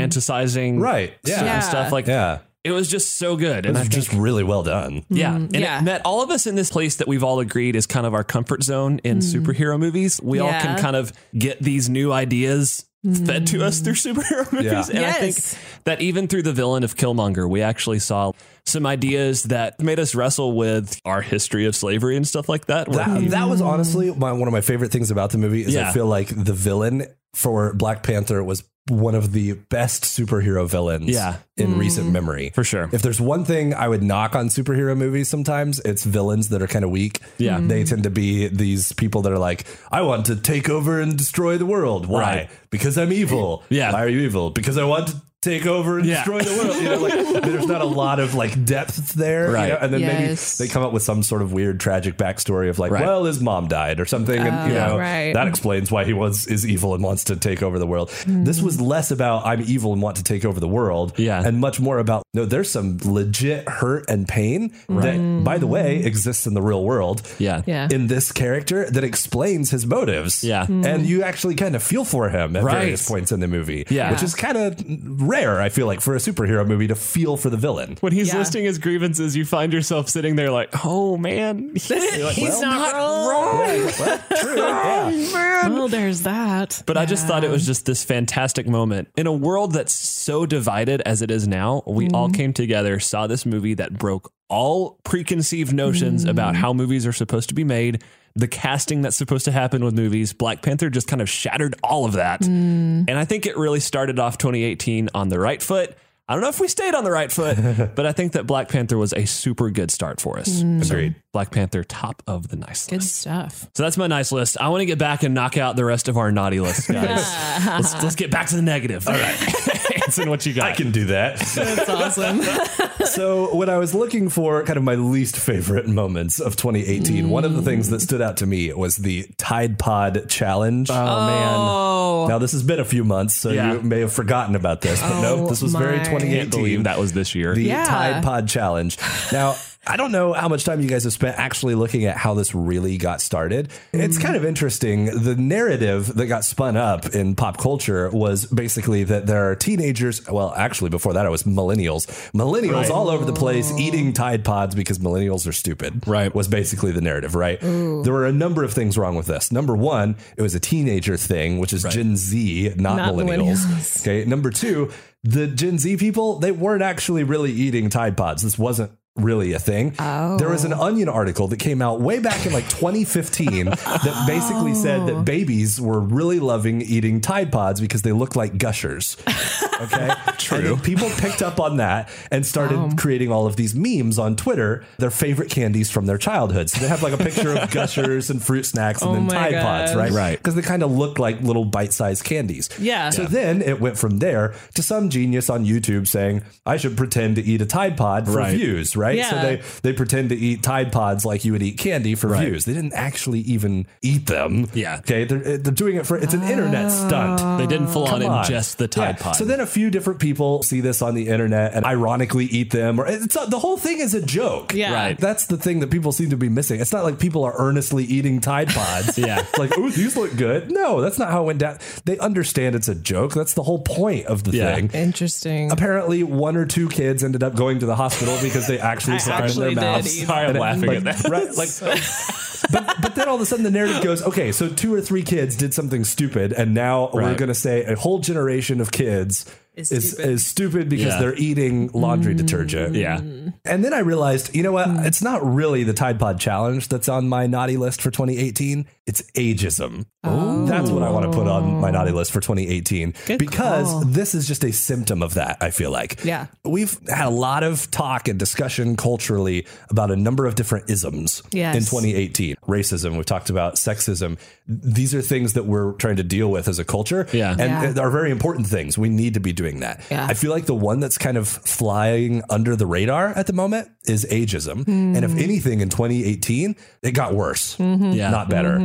S1: romanticizing
S2: Right. Yeah.
S1: certain
S3: Yeah.
S1: stuff. Like
S2: Yeah.
S1: it was just so good. And I
S2: It's
S1: think-
S2: just really well done.
S1: yeah. And
S3: yeah.
S1: it met all of us in this place that we've all agreed is kind of our comfort zone in superhero movies. We all can
S3: Yeah.
S1: kind of get these new ideas fed to us through (laughs) superhero movies. And
S3: Yes.
S1: I think that even through the villain of Killmonger, we actually saw some ideas that made us wrestle with our history of slavery and stuff like that. Where-
S2: That, that was honestly my, one of my favorite things about the movie is I
S1: Yeah.
S2: feel like the villain for Black Panther was one of the best superhero villains
S1: Yeah.
S2: in recent memory.
S1: for sure.
S2: If there's one thing I would knock on superhero movies sometimes, it's villains that are kind of weak.
S1: Yeah. Mm.
S2: They tend to be these people that are like, I want to take over and destroy the world. Why?
S1: Right.
S2: Because I'm evil.
S1: Yeah.
S2: Why are you evil? Because I want to take over and
S1: Yeah.
S2: destroy the world. You know, like there's not a lot of like depth there. you
S1: Right.
S2: know? And then
S3: Yes.
S2: maybe they come up with some sort of weird tragic backstory of like,
S1: Right.
S2: well, his mom died or something. And you
S3: Oh,
S2: know
S3: right.
S2: that explains why he was is evil and wants to take over the world. This was less about I'm evil and want to take over the world.
S1: Yeah.
S2: And much more about no, there's some legit hurt and pain that, by the way, exists in the real world.
S1: Yeah.
S3: Yeah. Mm.
S2: In this character that explains his motives.
S1: Yeah.
S2: And you actually kind of feel for him at
S1: Right.
S2: various points in the movie.
S1: Yeah.
S2: Which is kind of rare, I feel like, for a superhero movie to feel for the villain.
S1: When he's
S3: Yeah.
S1: listing his grievances, you find yourself sitting there like, oh man,
S3: (laughs)
S1: he's,
S3: He's not
S1: wrong.
S2: (laughs) Well, true. Yeah.
S3: Well, there's that.
S1: But I just thought it was just this fantastic moment. In a world that's so divided as it is now, we all came together, saw this movie that broke all preconceived notions about how movies are supposed to be made, the casting that's supposed to happen with movies. Black Panther just kind of shattered all of that. And I think it really started off 2018 on the right foot. I don't know if we stayed on the right foot, but I think that Black Panther was a super good start for us.
S2: Agreed.
S1: Black Panther, top of the nice
S3: Good
S1: list.
S3: stuff.
S1: So that's my nice list. I want to get back and knock out the rest of our naughty list, guys. let's, let's get back to the negative. All (laughs) right. Anson, what you got?
S2: I can do that.
S3: That's awesome.
S2: (laughs) so when I was looking for kind of my least favorite moments of 2018, one of the things that stood out to me was the Tide Pod challenge. Oh man! Now this has been a few months, so
S1: Yeah.
S2: you may have forgotten about this, but nope, this was very
S3: Oh my.
S1: I can't
S2: 2018.
S1: believe that was this year.
S2: The
S3: Yeah.
S2: Tide Pod Challenge. Now, I don't know how much time you guys have spent actually looking at how this really got started. It's kind of interesting. The narrative that got spun up in pop culture was basically that there are teenagers, well, actually, before that, it was millennials. Millennials all over the place eating Tide Pods because millennials are stupid.
S1: Right.
S2: Was basically the narrative, right? There were a number of things wrong with this. Number one, it was a teenager thing, which is Gen Z, not,
S3: Not
S2: millennials.
S3: millennials.
S2: Okay. Number two, the Gen Z people, they weren't actually really eating Tide Pods. This wasn't really a thing. There was
S3: Oh.
S2: an Onion article that came out way back in like
S3: (laughs)
S2: 2015 that basically said
S3: Oh.
S2: that babies were really loving eating Tide Pods because they look like gushers.
S3: (laughs)
S2: Okay. And then people picked up on that and started creating all of these memes on Twitter, their favorite candies from their childhood. So they have like a picture
S3: (laughs)
S2: of gushers and fruit snacks and then
S3: Oh my
S2: Tide Pods,
S3: gosh.
S2: right?
S1: Right.
S2: Because they kind of look like little bite sized candies.
S3: Yeah.
S2: So then it went from there to some genius on YouTube saying, I should pretend to eat a Tide Pod for
S1: Right.
S2: views, right? So
S3: Yeah.
S2: they, they pretend to eat Tide Pods like you would eat candy for views. They didn't actually even eat them.
S1: Yeah.
S2: Okay. They're, they're doing it for, it's an internet stunt.
S1: they didn't full on
S2: Come on.
S1: ingest the Tide
S2: Yeah.
S1: Pod.
S2: So then a few different people see this on the internet and ironically eat them. Or it's not, the whole thing is a joke.
S3: Yeah.
S1: Right.
S2: That's the thing that people seem to be missing. It's not like people are earnestly eating Tide
S1: (laughs)
S2: Pods.
S1: Yeah.
S2: It's like, ooh, these look good. No, that's not how it went down. They understand it's a joke. That's the whole point of the
S1: Yeah.
S2: thing.
S3: Interesting.
S2: Apparently, one or two kids ended up going to the hospital because they actually
S3: I
S2: saw it in their
S3: actually did
S2: mouths.
S3: eat
S1: Sorry, I'm
S2: And it-
S1: laughing
S2: like,
S1: at that. (laughs)
S2: Right, like, but, but then all of a sudden the narrative goes, okay, so two or three kids did something stupid, and now we're
S1: Right.
S2: going to say a whole generation of kids
S3: is,
S2: is
S3: stupid. Mm.
S2: is stupid because
S1: Yeah.
S2: they're eating laundry detergent.
S1: Yeah.
S2: And then I realized, you know what? It's not really the Tide Pod challenge that's on my naughty list for 2018. It's ageism.
S3: Oh.
S2: That's what I want to put on my naughty list for 2018
S3: Good
S2: because
S3: call.
S2: this is just a symptom of that, I feel like.
S3: Yeah.
S2: We've had a lot of talk and discussion culturally about a number of different isms
S3: Yes.
S2: in 2018. Racism, we've talked about sexism. These are things that we're trying to deal with as a culture.
S1: Yeah.
S2: And
S3: Yeah.
S2: they are very important things. We need to be doing that.
S3: Yeah.
S2: I feel like the one that's kind of flying under the radar at the moment is ageism. And
S3: Mm.
S2: if anything, in 2018, it got worse,
S3: Mm-hmm.
S1: Yeah.
S2: not better.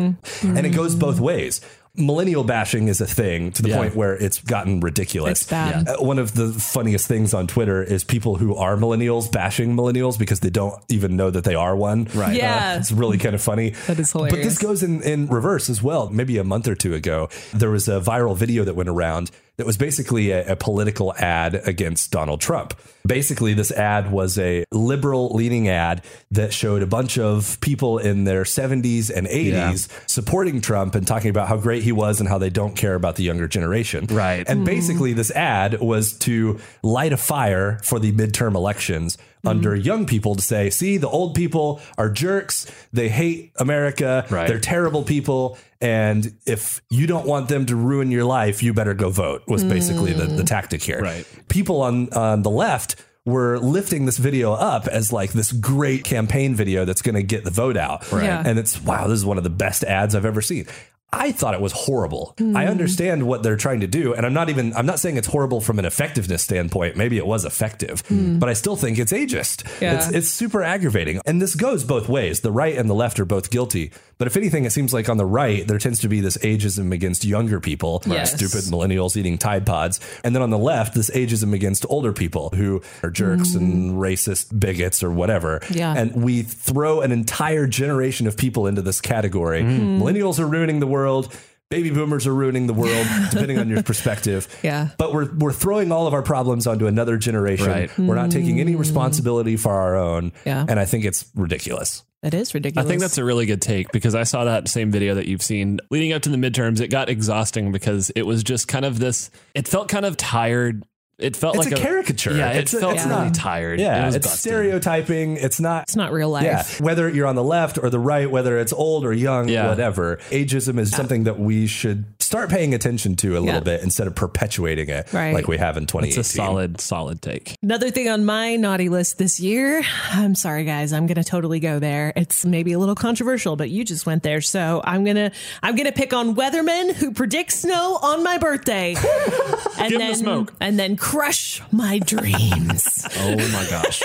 S2: And it goes both ways. Millennial bashing is a thing to the
S1: Yeah.
S2: point where it's gotten ridiculous.
S3: It's bad.
S2: Uh, One of the funniest things on Twitter is people who are millennials bashing millennials because they don't even know that they are one. Right. uh,
S3: Yeah.
S2: it's really kind of funny.
S3: That is
S2: But
S3: hilarious.
S2: this goes in, in reverse as well. Maybe a month or two ago, there was a viral video that went around that was basically a, a political ad against Donald Trump. Basically, this ad was a liberal leaning ad that showed a bunch of people in their 70s and 80s supporting Trump and talking about how great he was and how they don't care about the younger generation.
S1: Right.
S2: And basically, this ad was to light a fire for the midterm elections
S1: Hmm.
S2: under young people to say, see, the old people are jerks. They hate America.
S1: Right.
S2: They're terrible people. And if you don't want them to ruin your life, you better go vote, was basically the, the tactic here.
S1: Hmm. Right.
S2: People on, on the left were lifting this video up as like this great campaign video that's going to get the vote out. Right.
S3: Yeah.
S2: And it's wow, this is one of the best ads I've ever seen. I thought it was horrible.
S3: Hmm.
S2: I understand what they're trying to do, and I'm not even I'm not saying it's horrible from an effectiveness standpoint. Maybe it was effective, but I still think it's ageist.
S3: Hmm. Yeah.
S2: It's it's super aggravating. And this goes both ways. The right and the left are both guilty. But if anything, it seems like on the right there tends to be this ageism against younger people,
S3: Yes.
S2: stupid millennials eating Tide Pods. And then on the left, this ageism against older people who are jerks and racist bigots or whatever.
S3: Mm-hmm. Yeah.
S2: And we throw an entire generation of people into this category.
S3: Mm-hmm.
S2: Millennials are ruining the world. Baby boomers are ruining the
S3: (laughs)
S2: world, depending on your perspective.
S3: Yeah.
S2: But we're, we're throwing all of our problems onto another generation.
S1: Right.
S2: We're not taking any responsibility for our own.
S3: Mm-hmm. Yeah.
S2: And I think it's ridiculous.
S3: That is
S1: I
S3: ridiculous.
S1: think that's a really good take because I saw that same video that you've seen leading up to the midterms. It got exhausting because it was just kind of this. It felt kind of tired. It felt
S2: It's
S1: like
S2: a caricature.
S1: Yeah, it
S2: It's a-
S1: felt
S2: it's
S1: really
S2: not-
S1: tired. it
S2: Yeah.
S1: was
S2: It's
S1: busted.
S2: stereotyping. It's not
S3: it's not real life.
S2: Yeah, whether you're on the left or the right, whether it's old or young,
S1: Yeah.
S2: whatever, ageism is something that we should start paying attention to a little
S3: Yeah.
S2: bit instead of perpetuating it
S3: Right.
S2: like we have in 2018.
S1: It's a solid, solid take.
S3: Another thing on my naughty list this year. I'm sorry, guys. I'm going to totally go there. It's maybe a little controversial, but you just went there, so I'm gonna I'm gonna pick on Weatherman who predicts snow on
S1: (laughs)
S3: my birthday, and
S1: Give him the
S3: then
S1: smoke.
S3: and then crush
S1: (laughs)
S3: my dreams.
S1: Oh my
S3: (laughs)
S1: gosh,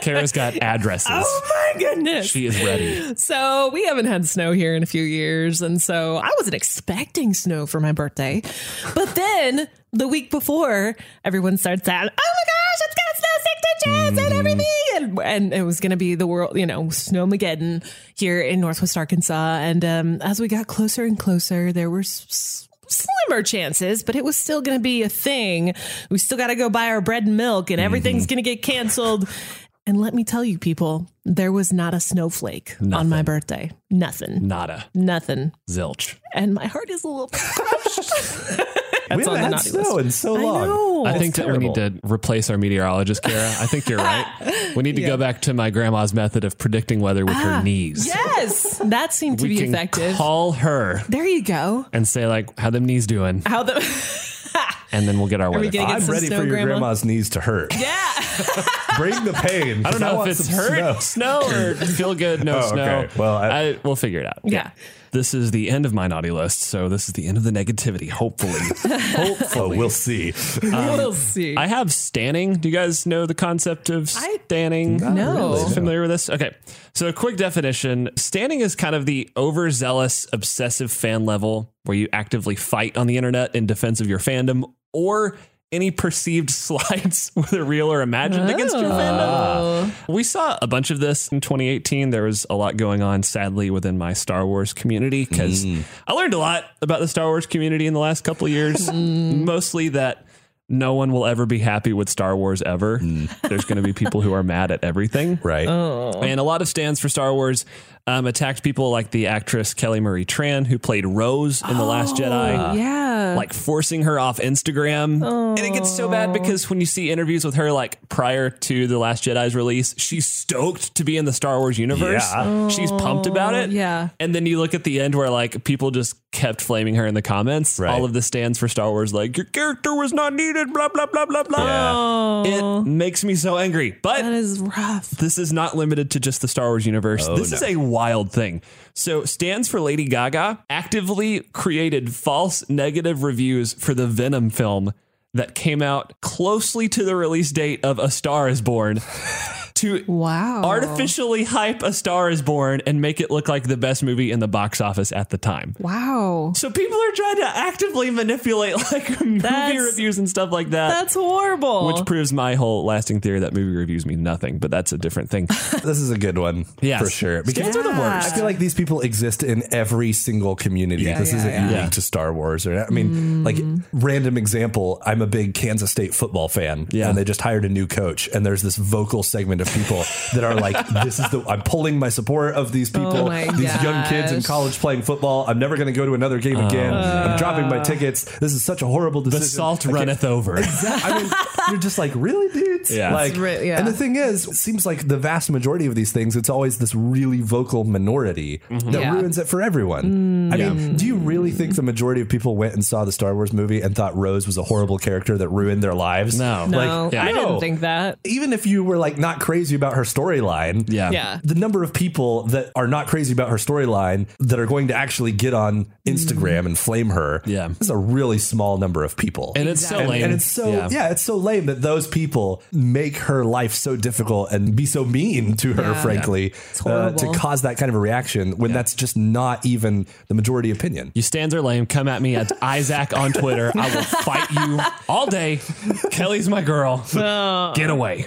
S1: Kara's got addresses.
S3: oh my goodness!
S1: She is
S3: (gasps)
S1: ready.
S3: So we haven't had snow here in a few years, and so I wasn't expecting snow for my birthday. But then the week before, everyone starts out, "Oh my gosh, it's got snow signatures and everything," and, and it was going to be the world, you know, snowmageddon here in Northwest Arkansas. And um, as we got closer and closer, there were. s- s- Slimmer chances, but it was still going to be a thing. We still got to go buy our bread and milk, and everything's
S1: Mm-hmm.
S3: going to get canceled. And let me tell you, people, there was not a snowflake on my birthday. Nothing.
S1: Nada,
S3: Nothing.
S1: zilch.
S3: And my heart is
S1: (laughs)
S3: a little crushed.
S2: we
S3: on the
S2: haven't had
S3: naughty list.
S2: snow in so
S3: I
S2: long.
S3: know.
S1: I
S2: It's
S1: think that we need
S2: terrible.
S1: to replace our meteorologist, Kara. I think you're
S3: (laughs)
S1: right. We need to go back to my grandma's method of predicting weather with her knees.
S3: Ah, yes. That seemed to
S1: we
S3: be
S1: can
S3: effective.
S1: call her
S3: there you go.
S1: and say like, "How them knees doing?"
S3: How (laughs) the
S1: And then we'll get our
S3: we
S1: weather.
S3: getting
S1: forecast.
S2: I'm
S3: some
S2: ready for
S3: snow,
S2: your
S3: Grandma.
S2: grandma's knees to hurt.
S3: Yeah.
S2: Bring the pain.
S1: I don't know
S2: want
S1: if it's
S2: some
S1: hurt,
S2: snow.
S1: snow,
S2: (laughs)
S1: or feel good, no
S2: Oh,
S1: snow.
S2: okay. Well, I-
S1: I, we'll figure it out.
S3: Yeah.
S1: This is the end of my naughty list. So this is the end of the negativity,
S3: (laughs)
S1: hopefully.
S2: Hopefully, we'll
S1: (laughs)
S2: see.
S3: we'll see.
S1: Um, I have stanning. Do you guys know the concept of
S3: I-
S1: stanning?
S3: No. really, no.
S1: Familiar with this? Okay. So, a quick definition stanning is kind of the overzealous, obsessive fan level where you actively fight on the internet in defense of your fandom or any perceived (laughs) slights, whether real or imagined, against your fandom. We saw a bunch of this in 2018. There was a lot going on, sadly, within my Star Wars community because I learned a lot about the Star Wars community in the last couple of years, mostly that no one will ever be happy with Star Wars ever. (laughs) There's going to be people who are mad at everything.
S2: Right.
S1: And a lot of stands for Star Wars um, attacked people like the actress Kelly Marie Tran, who played Rose in The Last Jedi.
S3: yeah.
S1: like forcing her off Instagram. And it gets so bad because when you see interviews with her, like prior to The Last Jedi's release, she's stoked to be in the Star Wars universe.
S2: Yeah.
S1: She's pumped about it.
S3: yeah.
S1: And then you look at the end where like people just kept flaming her in the comments.
S2: Right.
S1: All of this stands for Star Wars, like your character was not needed, blah, blah, blah, blah, blah. It makes me so angry. But
S3: That is rough.
S1: this is not limited to just the Star Wars universe. this is a wild thing. So, stands for Lady Gaga actively created false negative reviews for the Venom film that came out closely to the release date of A Star is Born to
S3: Wow.
S1: artificially hype A Star is Born and make it look like the best movie in the box office at the time.
S3: Wow.
S1: So, people are trying to actively manipulate (laughs) like movie
S3: That's-
S1: reviews and stuff like that.
S3: That's horrible.
S1: which proves my whole lasting theory that movie reviews mean nothing, but that's a different thing.
S2: This is a good one
S1: Yes.
S2: for sure.
S1: Stands are the
S2: I
S1: worst.
S2: feel like these people exist in every single community. this
S3: yeah,
S2: isn't
S3: yeah.
S2: unique
S1: Yeah.
S2: to Star Wars. Or I mean, like random example. I'm a big Kansas State football fan,
S1: Yeah.
S2: and they just hired a new coach. And there's this vocal segment of people that are like, (laughs) "This is the I'm pulling my support of these people,
S3: Oh my
S2: these young kids in
S3: gosh.
S2: college playing football. I'm never going to go to another game again. I'm dropping my tickets. This is such a horrible
S1: Uh. The
S2: decision.
S1: salt
S2: I can't-
S1: runneth
S2: (laughs)
S1: over.
S2: I mean, you're just like, really, dudes?
S1: Yeah.
S2: Like,
S3: It's re- yeah.
S2: And the thing is, it seems like the vast majority of these things, it's always this really vocal minority
S1: Mm-hmm.
S2: that
S3: Yeah.
S2: ruins it for everyone. I
S1: Mm.
S2: mean, do you really think the majority of people went and saw the Star Wars movie and thought Rose was a horrible character that ruined their lives?
S1: No.
S3: no,
S2: Like,
S1: yeah.
S3: I
S2: no.
S3: didn't think that.
S2: Even if you were like not crazy about her storyline,
S1: Yeah.
S3: Yeah.
S2: the number of people that are not crazy about her storyline that are going to actually get on Instagram and flame her
S1: Mm-hmm. Yeah.
S2: is a really small number of people.
S1: And it's so
S3: Exactly.
S1: lame.
S2: And it's so yeah.
S1: yeah.
S2: it's so lame that those people make her life so difficult and be so mean to her,
S3: Yeah.
S2: frankly, uh, to
S3: horrible.
S2: cause that kind of a reaction when that's just not even the majority opinion.
S1: You stands are lame. Come at me
S2: (laughs)
S1: at Isaac on Twitter. I will fight you all day. Kelly's my girl. Get away.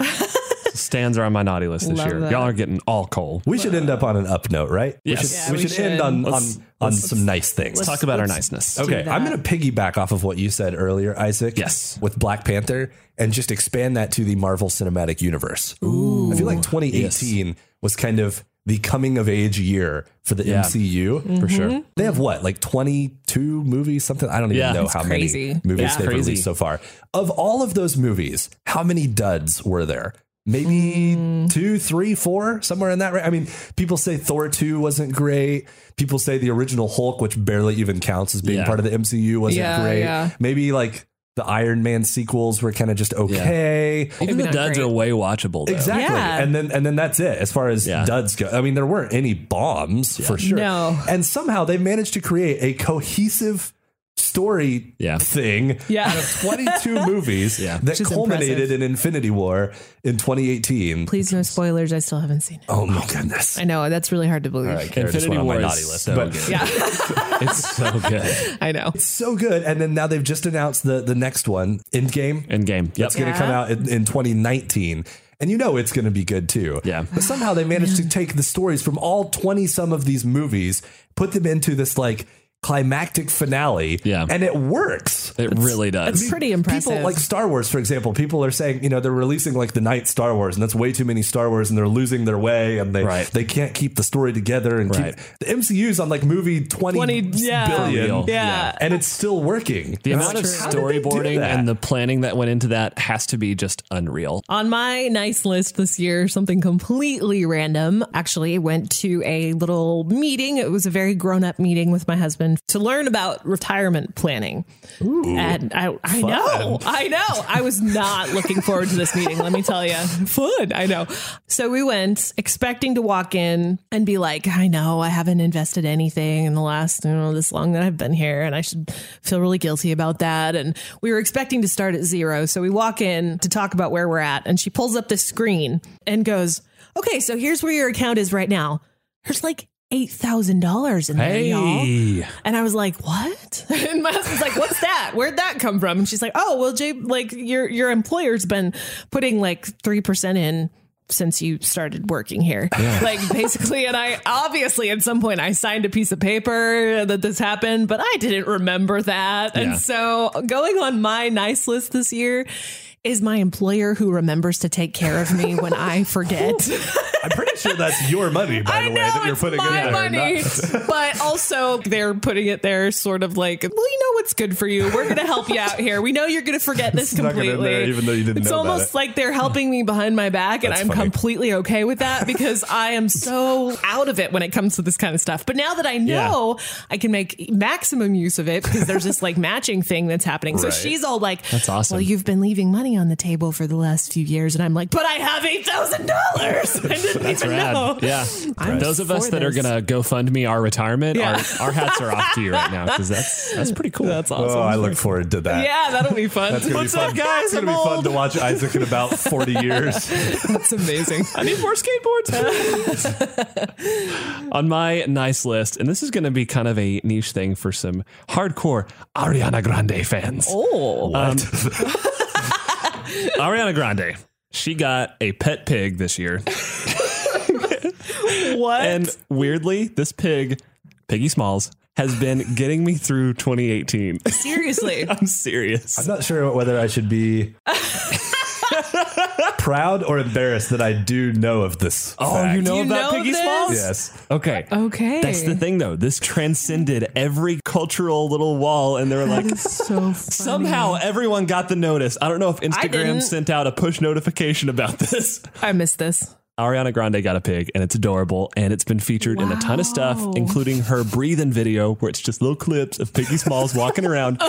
S1: Stands are on my naughty list this
S3: Love
S1: year.
S3: that.
S1: Y'all are getting all coal.
S2: We should end up on an up note, right?
S1: Yes.
S2: We should,
S1: Yeah,
S2: we
S3: we
S2: should end
S3: should.
S2: on
S1: Let's-
S2: on, on some nice things.
S1: Let's talk about our niceness.
S2: Okay,
S3: do
S2: I'm
S3: that.
S2: going to piggyback off of what you said earlier, Isaac.
S1: Yes.
S2: With Black Panther and just expand that to the Marvel Cinematic Universe. Ooh. I feel like 2018 was kind of the coming of age year for the
S1: Yeah.
S2: MCU. For sure. They have what, like 22 movies, something? I don't even
S1: Yeah.
S2: know
S1: It's
S2: how many
S3: crazy.
S2: movies
S1: Yeah.
S2: they've
S1: Crazy.
S2: released so far. Of all of those movies, how many duds were there? Maybe
S3: Hmm.
S2: two, three, four, somewhere in that. Right? I mean, people say Thor two wasn't great. People say the original Hulk, which barely even counts as being
S1: Yeah.
S2: part of the MCU, wasn't
S3: Yeah,
S2: great.
S3: yeah.
S2: Maybe like the Iron Man sequels were kind of just okay.
S1: Even
S3: Maybe
S1: the
S3: not
S1: duds
S3: great.
S1: are way watchable. Though.
S2: Exactly.
S3: Yeah.
S2: And then and then that's it as far as
S1: Yeah.
S2: duds go. I mean, there weren't any bombs for sure.
S3: No.
S2: And somehow they managed to create a cohesive story
S1: Yeah.
S2: thing
S3: Yeah.
S2: out of 22
S3: (laughs)
S2: movies
S1: Yeah.
S2: that
S3: Which is
S2: culminated
S3: impressive.
S2: in Infinity War in 2018.
S3: Please no spoilers. I still haven't seen it.
S2: Oh my goodness.
S3: I know that's really hard to believe.
S2: All right, Kara just
S1: Infinity
S2: went on
S1: War
S2: my
S1: is
S2: naughty list,
S1: so
S2: but
S1: good.
S3: Yeah,
S1: It's so
S3: (laughs)
S1: good.
S3: I know.
S2: so good. And then now they've just announced the the next one, Endgame.
S1: End game. Yep.
S2: It's going to come out in, in 2019. And you know it's going to be good too.
S1: Yeah.
S2: But somehow they managed to take the stories from all 20 some of these movies, put them into this like climactic finale.
S1: Yeah.
S2: And it works.
S1: It really does.
S3: It's pretty impressive.
S2: People like Star Wars, for example. People are saying, you know, they're releasing like the ninth Star Wars, and that's way too many Star Wars, and they're losing their way, and they
S1: Right.
S2: they can't keep the story together. And
S1: Right.
S2: keep, the MCU's on like movie 20,
S3: 20 yeah.
S2: billion,
S1: Unreal.
S3: Yeah.
S2: and it's still working.
S1: The
S2: And
S1: amount
S2: I'm
S1: of
S2: like, how did they do
S1: storyboarding
S2: that?
S1: and the planning that went into that has to be just unreal.
S3: On my nice list this year, something completely random. Actually, went to a little meeting. It was a very grown up meeting with my husband to learn about retirement planning. and I, I know, I know. I was not looking forward to this meeting, let me tell (laughs) you. Fun, I know. So we went expecting to walk in and be like, I know, I haven't invested anything in the last, you know, this long that I've been here, and I should feel really guilty about that. And we were expecting to start at zero. So we walk in to talk about where we're at, and she pulls up this screen and goes, Okay, so here's where your account is right now. There's like $8,000 in there, y'all. And I was like, "What?" (laughs) And my husband's like, "What's that? Where'd that come from?" And she's like, "Oh, well, Jay, like your your employer's been putting like three percent in." Since you started working here, (laughs) like basically, and I obviously at some point I signed a piece of paper that this happened, but I didn't remember that.
S1: Yeah.
S3: And so going on my nice list this year is my employer who remembers to take care of me when I forget.
S2: I'm pretty sure that's your money, by the way, that you're
S3: it's
S2: putting in
S3: my
S2: there.
S3: money,
S2: not- (laughs)
S3: but also they're putting it there, sort of like, well, you know what's good for you. We're going to help you out here. We know you're going to forget this
S2: Snuck it in
S3: completely.
S2: there even though you didn't
S3: it's
S2: know about
S3: almost
S2: it.
S3: like they're helping me behind my back, and
S2: That's
S3: I'm
S2: funny.
S3: completely okay with that because I am so out of it when it comes to this kind of stuff. But now that I know, I can make maximum use of it because there's this like matching thing that's happening. So
S2: Right.
S3: she's all like,
S1: That's awesome.
S3: Well, you've been leaving money on the table for the last few years, and I'm like, but I have eight thousand dollars. (laughs) I didn't
S1: That's
S3: even
S1: rad.
S3: know.
S1: Yeah.
S3: I'm
S1: Those of us
S3: for
S1: that are
S3: this.
S1: going to GoFundMe our retirement,
S3: Yeah.
S1: our, our hats are off to you right now because
S3: (laughs)
S1: that's, that's pretty cool.
S3: That's awesome.
S2: Oh, I look forward to that.
S3: Yeah, that'll be fun.
S2: That's gonna (laughs)
S3: What's
S2: be fun.
S3: up, guys?
S2: It's gonna
S3: I'm
S2: be fun
S3: old.
S2: to watch Isaac in about 40 (laughs) years.
S3: That's amazing.
S1: I need more skateboards. (laughs)
S3: (laughs)
S1: On my nice list, and this is going to be kind of a niche thing for some hardcore Ariana Grande fans.
S3: Oh,
S1: Um, Ariana Grande, she got a pet pig this year.
S3: what?
S1: And weirdly, this pig, Piggy Smalls, has been getting me through 2018.
S3: (laughs)
S1: (laughs)
S3: Seriously,
S1: I'm serious.
S2: I'm not sure whether I should be (laughs) proud or embarrassed that I do Oh, know of this. fact.
S3: Oh, You know this?
S2: Yes.
S1: Okay.
S3: Okay.
S1: That's the thing, though. This transcended every cultural little wall, and they were like,
S3: (laughs) so
S1: somehow everyone got the notice. I don't know if Instagram
S3: didn't.
S1: sent out a push notification about this. (laughs)
S3: I missed this.
S1: Ariana Grande got a pig, and it's adorable, and it's been featured in a ton of stuff,
S3: Wow.
S1: including her breathing video, where it's just little clips of Piggy Smalls walking
S3: (laughs)
S1: around.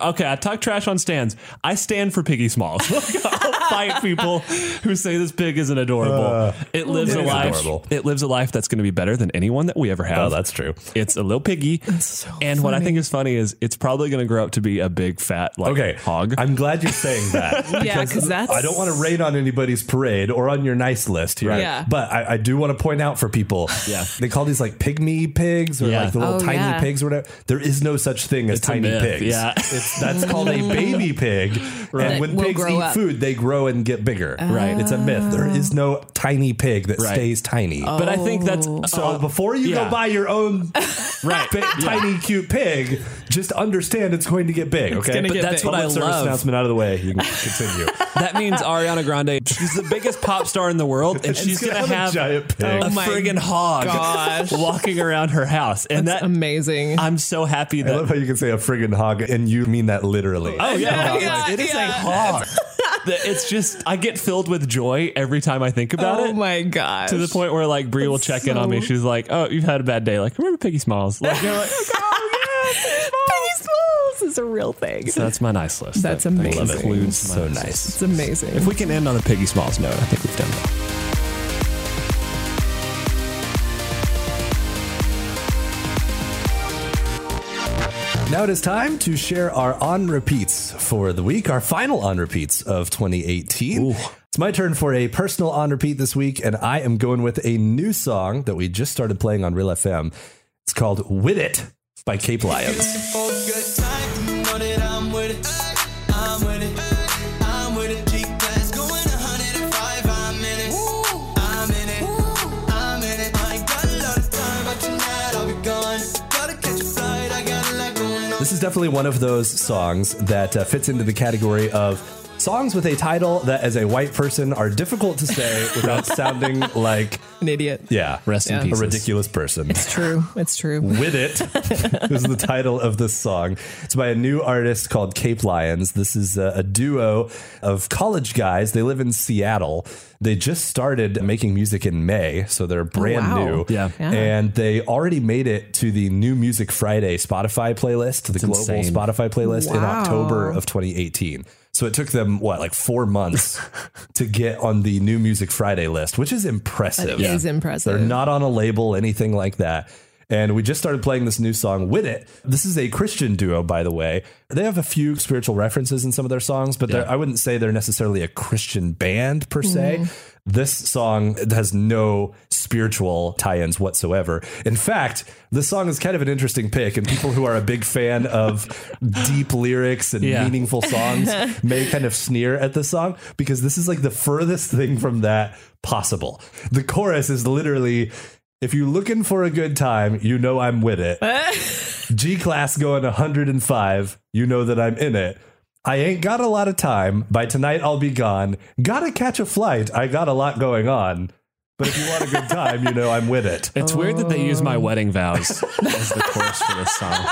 S1: Okay, I talk trash on stands. I stand for Piggy Smalls. (laughs) Like, I'll fight people who say this pig isn't adorable. it lives a
S2: Uh, it is
S1: life.
S2: adorable.
S1: It lives a life that's going to be better than anyone that we ever have.
S2: Oh, that's true.
S1: It's a little piggy.
S3: (laughs)
S1: and what I think is funny is it's probably going to grow up to be a big fat like
S2: Okay.
S1: hog.
S2: I'm glad you're saying that.
S3: (laughs) Yeah, because that's.
S2: I don't want to rain on anybody's parade or on your nice list here.
S3: Right. Yeah.
S2: But I, I do want to point out for people.
S1: Yeah.
S2: They call these like pygmy pigs or
S1: Yeah.
S2: like the little
S3: Oh,
S2: tiny
S3: yeah.
S2: pigs or whatever. There is no such thing as
S1: a
S2: tiny
S1: myth,
S2: pigs.
S1: yeah.
S2: It's, that's called a
S3: (laughs)
S2: baby pig.
S1: That
S2: And when
S3: will
S2: pigs
S3: grow
S2: eat
S3: up.
S2: food, they grow and get bigger.
S1: Right.
S2: It's a myth. There is no tiny pig that
S1: Right.
S2: stays tiny.
S3: Oh.
S1: but I think that's
S2: So before you
S1: yeah.
S2: go buy your own
S1: (laughs) right.
S2: big, tiny cute pig, just understand it's going to get big. Okay,
S3: gonna
S2: But
S3: get
S1: that's
S3: big.
S1: what I
S2: public service
S1: love.
S2: announcement out of the way. You can continue.
S1: That means Ariana Grande. She's the biggest pop star in the world, (laughs) and she's gonna have
S2: a giant pig.
S1: a
S3: Oh my
S1: friggin' hog (laughs)
S3: gosh.
S1: walking around her house, and that
S3: Amazing.
S1: I'm so happy
S2: I love
S1: that.
S2: how you can say a friggin' hog, and you mean that literally.
S1: Oh yeah,
S3: Yeah,
S1: like, it is
S3: yeah.
S1: a hog. That- it's just I get filled with joy every time I think about
S3: oh
S1: it.
S3: my god.
S1: To the point where like Brie will check in on me.
S3: so-
S1: She's like, "Oh, you've had a bad day. Like, remember Piggy Smalls? Like, you're like,
S3: Oh yeah, (laughs) Piggy Smalls is a real thing.
S1: so that's my nice list.
S3: That's
S1: That- that
S3: amazing.
S1: concludes my nice list.
S3: It's amazing.
S1: If we can end on a Piggy Smalls note, I think we've done that.
S2: Now it is time to share our on repeats for the week, our final on repeats of 2018. It's my turn for a personal on repeat this week, and I am going with a new song that we just started playing on Real FM. It's called Wit It by Cape Lions.
S5: for a good time. You know that I'm with it. I'm with it. I'm with it. Keep class going 105. I'm in it. I'm in it. I'm in it. I ain't got a lot of time, but tonight I'll be gone. Gotta catch a flight. I got a lot going on.
S2: This is definitely one of those songs that uh, fits into the category of songs with a title that, as a white person, are difficult to say
S1: (laughs)
S2: without sounding like,
S3: An idiot.
S2: yeah,
S1: Rest in
S2: a
S1: pieces.
S2: ridiculous person.
S3: It's true. It's true.
S2: With
S3: (laughs)
S2: It is the title of this song. It's by a new artist called Cape Lions. This is a, a duo of college guys. They live in Seattle. They just started making music in May, so they're brand
S3: Oh, wow.
S2: new.
S1: Yeah.
S3: Yeah.
S2: And they already made it to the New Music Friday Spotify playlist, the global
S1: insane.
S2: Spotify playlist in
S3: Wow.
S2: October of 2018. So it took them what, like four
S3: (laughs)
S2: months to get on the New Music Friday list, which is impressive.
S3: It is impressive.
S2: They're not on a label, anything like that. And we just started playing this new song, Win It. This is a Christian duo, by the way. They have a few spiritual references in some of their songs, but they're I wouldn't say they're necessarily a Christian band per se. This song has no spiritual tie ins whatsoever. In fact, this song is kind of an interesting pick, and people who are a big fan of (laughs) deep lyrics and
S1: Yeah.
S2: meaningful songs may kind of sneer at the song because this is like the furthest thing from that possible. The chorus is literally if you're looking for a good time, you know I'm with it. G class going 105, you know that I'm in it. I ain't got a lot of time. By tonight, I'll be gone. Gotta catch a flight. I got a lot going on. But if you want a good time, you know I'm with it.
S1: It's weird that they use my
S3: Oh.
S1: wedding
S3: (laughs)
S1: vows as the chorus for this song.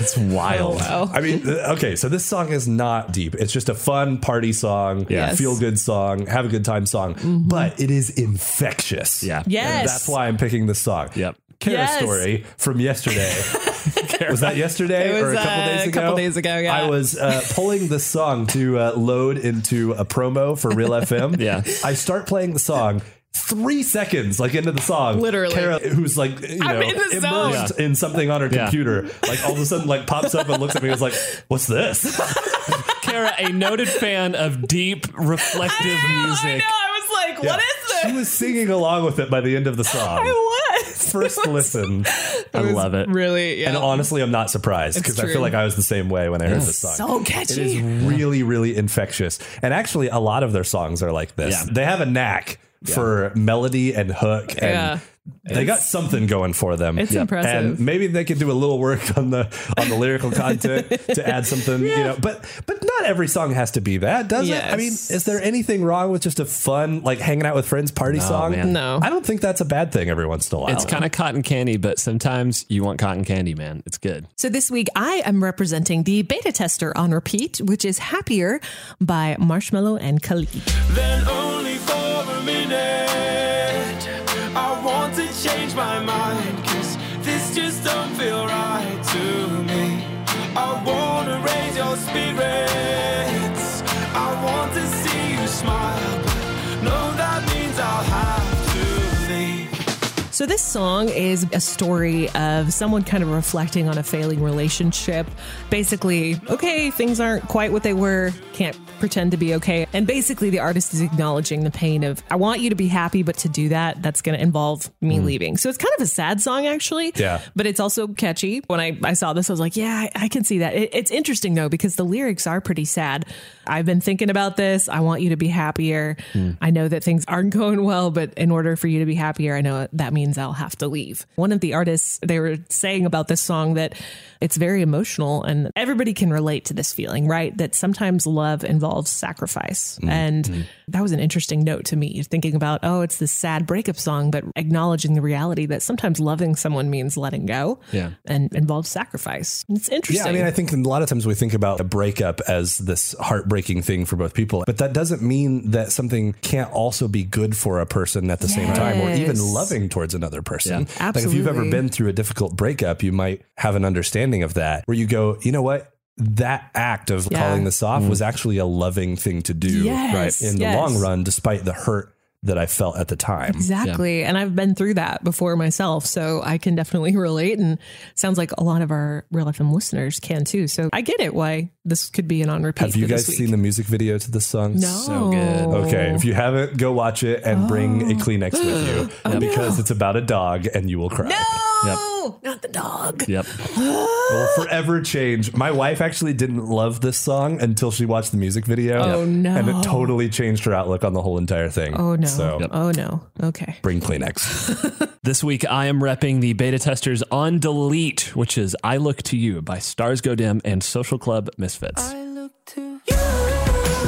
S1: It's wild.
S3: Oh,
S2: I mean, th- okay, so this song is not deep. It's just a fun party song,
S3: Yes. Mm-hmm.
S2: feel good song, have a good time song, but it is infectious.
S1: Yeah.
S3: Yes.
S2: And that's why I'm picking this song.
S1: Yep.
S2: Kara
S3: Yes.
S2: story from
S3: (laughs)
S2: yesterday. was that yesterday
S3: It was,
S2: or a couple
S3: uh,
S2: days
S3: a
S2: ago?
S3: couple days ago, yeah.
S2: I was uh, pulling the song to uh, load into a promo for
S3: (laughs)
S2: Real FM.
S1: Yeah.
S2: I start playing the song. Three seconds, like into the song,
S3: Literally.
S2: Kara, who's like you know
S3: I'm in the zone.
S2: immersed in something on her
S1: Yeah.
S2: computer, like all of a sudden, like pops up and looks at me, and is like, "What's
S3: (laughs)
S2: this?"
S1: Kara, a noted fan of deep, reflective
S3: Oh, I
S1: music.
S3: know. I was like, what is this?
S2: She was singing along with it by the end of the song.
S3: I was.
S2: First
S3: It was- (laughs)
S2: listen,
S1: I love it.
S3: Really, yeah.
S2: and honestly, I'm not surprised because I
S3: true.
S2: feel like I was the same way when I heard this song.
S3: so
S2: It
S3: catchy.
S2: is really, really infectious. And actually, a lot of their songs are like this.
S1: Yeah.
S2: They have a knack for melody and hook, and
S3: Yeah.
S2: they got something going for them.
S3: It's Yep. impressive.
S2: And maybe they could do a little work on the on the
S3: (laughs)
S2: lyrical content to add something, you know. But but not every song has to be that, does it? I mean,
S3: Yes.
S2: is there anything wrong with just a fun, like hanging out with friends party song?
S1: man.
S3: No.
S2: I don't think that's a bad thing. Every once in a while,
S1: It's kind of cotton candy, but sometimes you want cotton candy, man. It's good.
S3: So this week I am representing the beta tester on repeat, which is Happier by Marshmallow and Khalid.
S6: then only for a minute. I want to change my mind, cause this just don't feel right to me. I wanna raise your spirits, I want to see you smile. but No, that means I'll have to leave.
S3: So this song is a story of someone kind of reflecting on a failing relationship. Basically, okay, things aren't quite what they were. Can't pretend to be okay. And basically the artist is acknowledging the pain of I want you to be happy, but to do that, that's going to involve me leaving. So it's kind of a sad song actually.
S2: Yeah.
S3: But it's also catchy. When I, I saw this, I was like, yeah, I, I can see that. It, it's interesting though, because the lyrics are pretty sad. I've been thinking about this. I want you to be happier. I know that things aren't (laughs) going well, but in order for you to be happier, I know that means I'll have to leave. One of the artists, they were saying about this song that it's very emotional and everybody can relate to this feeling, right? That sometimes love involves sacrifice.
S2: Mm-hmm.
S3: And that was an interesting note to me, thinking about, oh, it's this sad breakup song, but acknowledging the reality that sometimes loving someone means letting go
S1: Yeah.
S3: and involves sacrifice. It's
S2: Yeah,
S3: interesting.
S2: I mean, I think a lot of times we think about a breakup as this heartbreaking thing for both people, but that doesn't mean that something can't also be good for a person at the same time or even
S3: Yes.
S2: loving towards another person.
S3: Yeah.
S2: Like if you've ever
S3: Absolutely.
S2: been through a difficult breakup, you might have an understanding of that where you go, you know what? That act of
S3: Yeah.
S2: calling this off was actually a loving thing to do
S3: Yes,
S2: right, in the
S3: yes.
S2: long run, despite the hurt that I felt at the time.
S3: Exactly. And I've been through that before myself. So I can definitely (laughs) relate. And sounds like a lot of our Real FM listeners can too. So I get it why this could be an on repeat.
S2: Have you
S3: for
S2: guys
S3: this week.
S2: seen the music video to this song?
S3: No.
S1: So good.
S2: Okay, if you
S3: Oh.
S2: haven't, go watch it and bring a Kleenex with
S3: (gasps)
S2: you because it's about a dog and you will cry.
S3: no, not the dog.
S1: Yep.
S2: It will forever change. My wife actually didn't love this song until she watched the music video.
S3: Oh, no.
S2: And it totally changed her outlook on the whole entire thing.
S3: Oh no.
S2: So
S3: Oh no. Okay.
S2: bring Kleenex.
S1: This week, I am repping the beta testers on Delete, which is I Look to You by Stars Go Dim and Social Club Misfits.
S6: I look to you.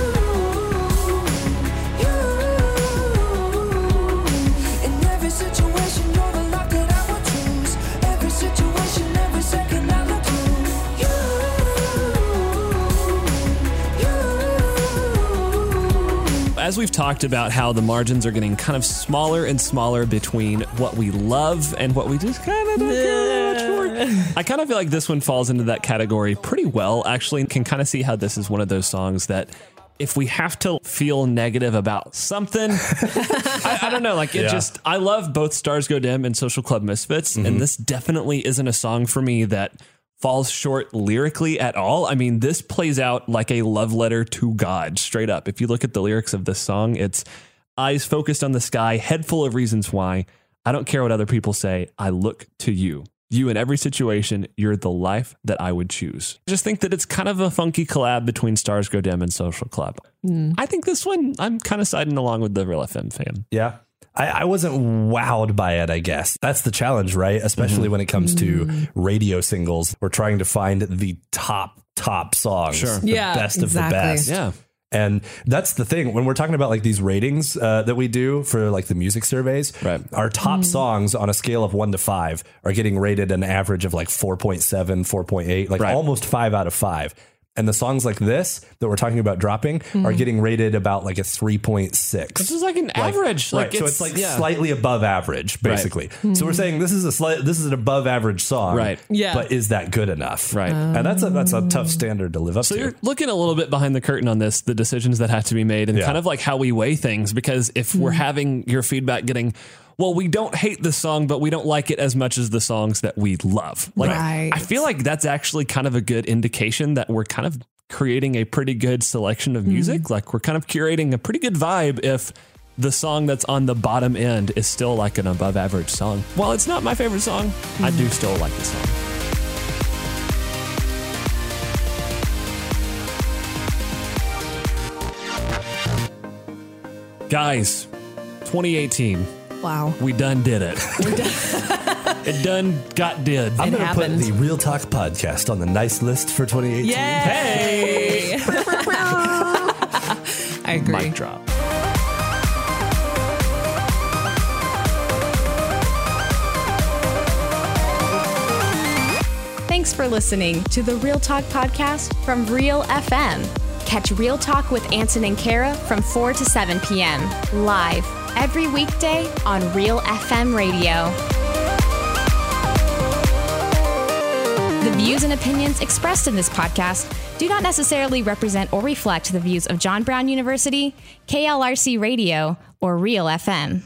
S7: In every situation, you're the life that I would choose. Every situation, every second, I look to you. You.
S1: As we've talked about how the margins are getting kind of smaller and smaller between what we love and what we just kind of don't care that much for, I kind of feel like this one falls into that category pretty well, actually. Can kind of see how this is one of those songs that if we have to feel negative about something, I, I don't know. Like it
S2: Yeah.
S1: just, I love both Stars Go Dim and Social Club Misfits, and this definitely isn't a song for me that falls short lyrically at all. I mean, this plays out like a love letter to God, straight up. If you look at the lyrics of this song, it's eyes focused on the sky, head full of reasons why. I don't care what other people say. I look to you. You in every situation, you're the life that I would choose. I just think that it's kind of a funky collab between Stars Go Dim and Social Club. I think this one, I'm kind of siding along with the Real FM fan.
S2: yeah. I, I wasn't wowed by it, I guess. That's the challenge, right? Especially
S3: Mm-hmm.
S2: when it comes to radio singles. We're trying to find the top, top songs.
S1: Sure.
S2: The
S3: Yeah,
S2: best
S3: exactly.
S2: of the best.
S1: Yeah.
S2: And that's the thing when we're talking about like these ratings uh, that we do for like the music surveys,
S1: Right.
S2: our
S3: Mm-hmm.
S2: top songs on a scale of one to five are getting rated an average of like 4.7, 4.8, like
S1: Right.
S2: almost five out of five. And the songs like this that we're talking about dropping
S3: Mm-hmm.
S2: are getting rated about like a 3.6.
S1: This is like an average.
S2: Right.
S1: Like
S2: so it's like
S1: yeah.
S2: slightly above average, basically. So we're saying this is a slight, this is an above average song,
S1: Right.
S3: Hmm. Yeah.
S2: But is that good enough,
S1: Right.
S2: and that's a that's a tough standard to live up
S1: So
S2: to.
S1: you're looking a little bit behind the curtain on this, the decisions that have to be made, and
S2: Yeah.
S1: kind of like how we weigh things. Because if we're having your feedback getting, well, we don't hate the song, but we don't like it as much as the songs that we love. Like,
S3: Right.
S1: I feel like that's actually kind of a good indication that we're kind of creating a pretty good selection of music. Like, we're kind of curating a pretty good vibe if. The song that's on the bottom end is still like an above average song. While it's not my favorite song, I do still like the song. Guys, 2018,
S3: Wow.
S1: we done did it. it done got did.
S2: I'm going
S3: It
S2: to put
S3: happened.
S2: the Real Talk podcast on the nice list for 2018.
S3: Yay! (laughs) I agree.
S1: Mic drop.
S4: Thanks for listening to the Real Talk podcast from Real FM. Catch Real Talk with Anson and Kara from 4 to 7 p.m. live every weekday on Real FM radio. The views and opinions expressed in this podcast do not necessarily represent or reflect the views of John Brown University, KLRC Radio, or Real FM.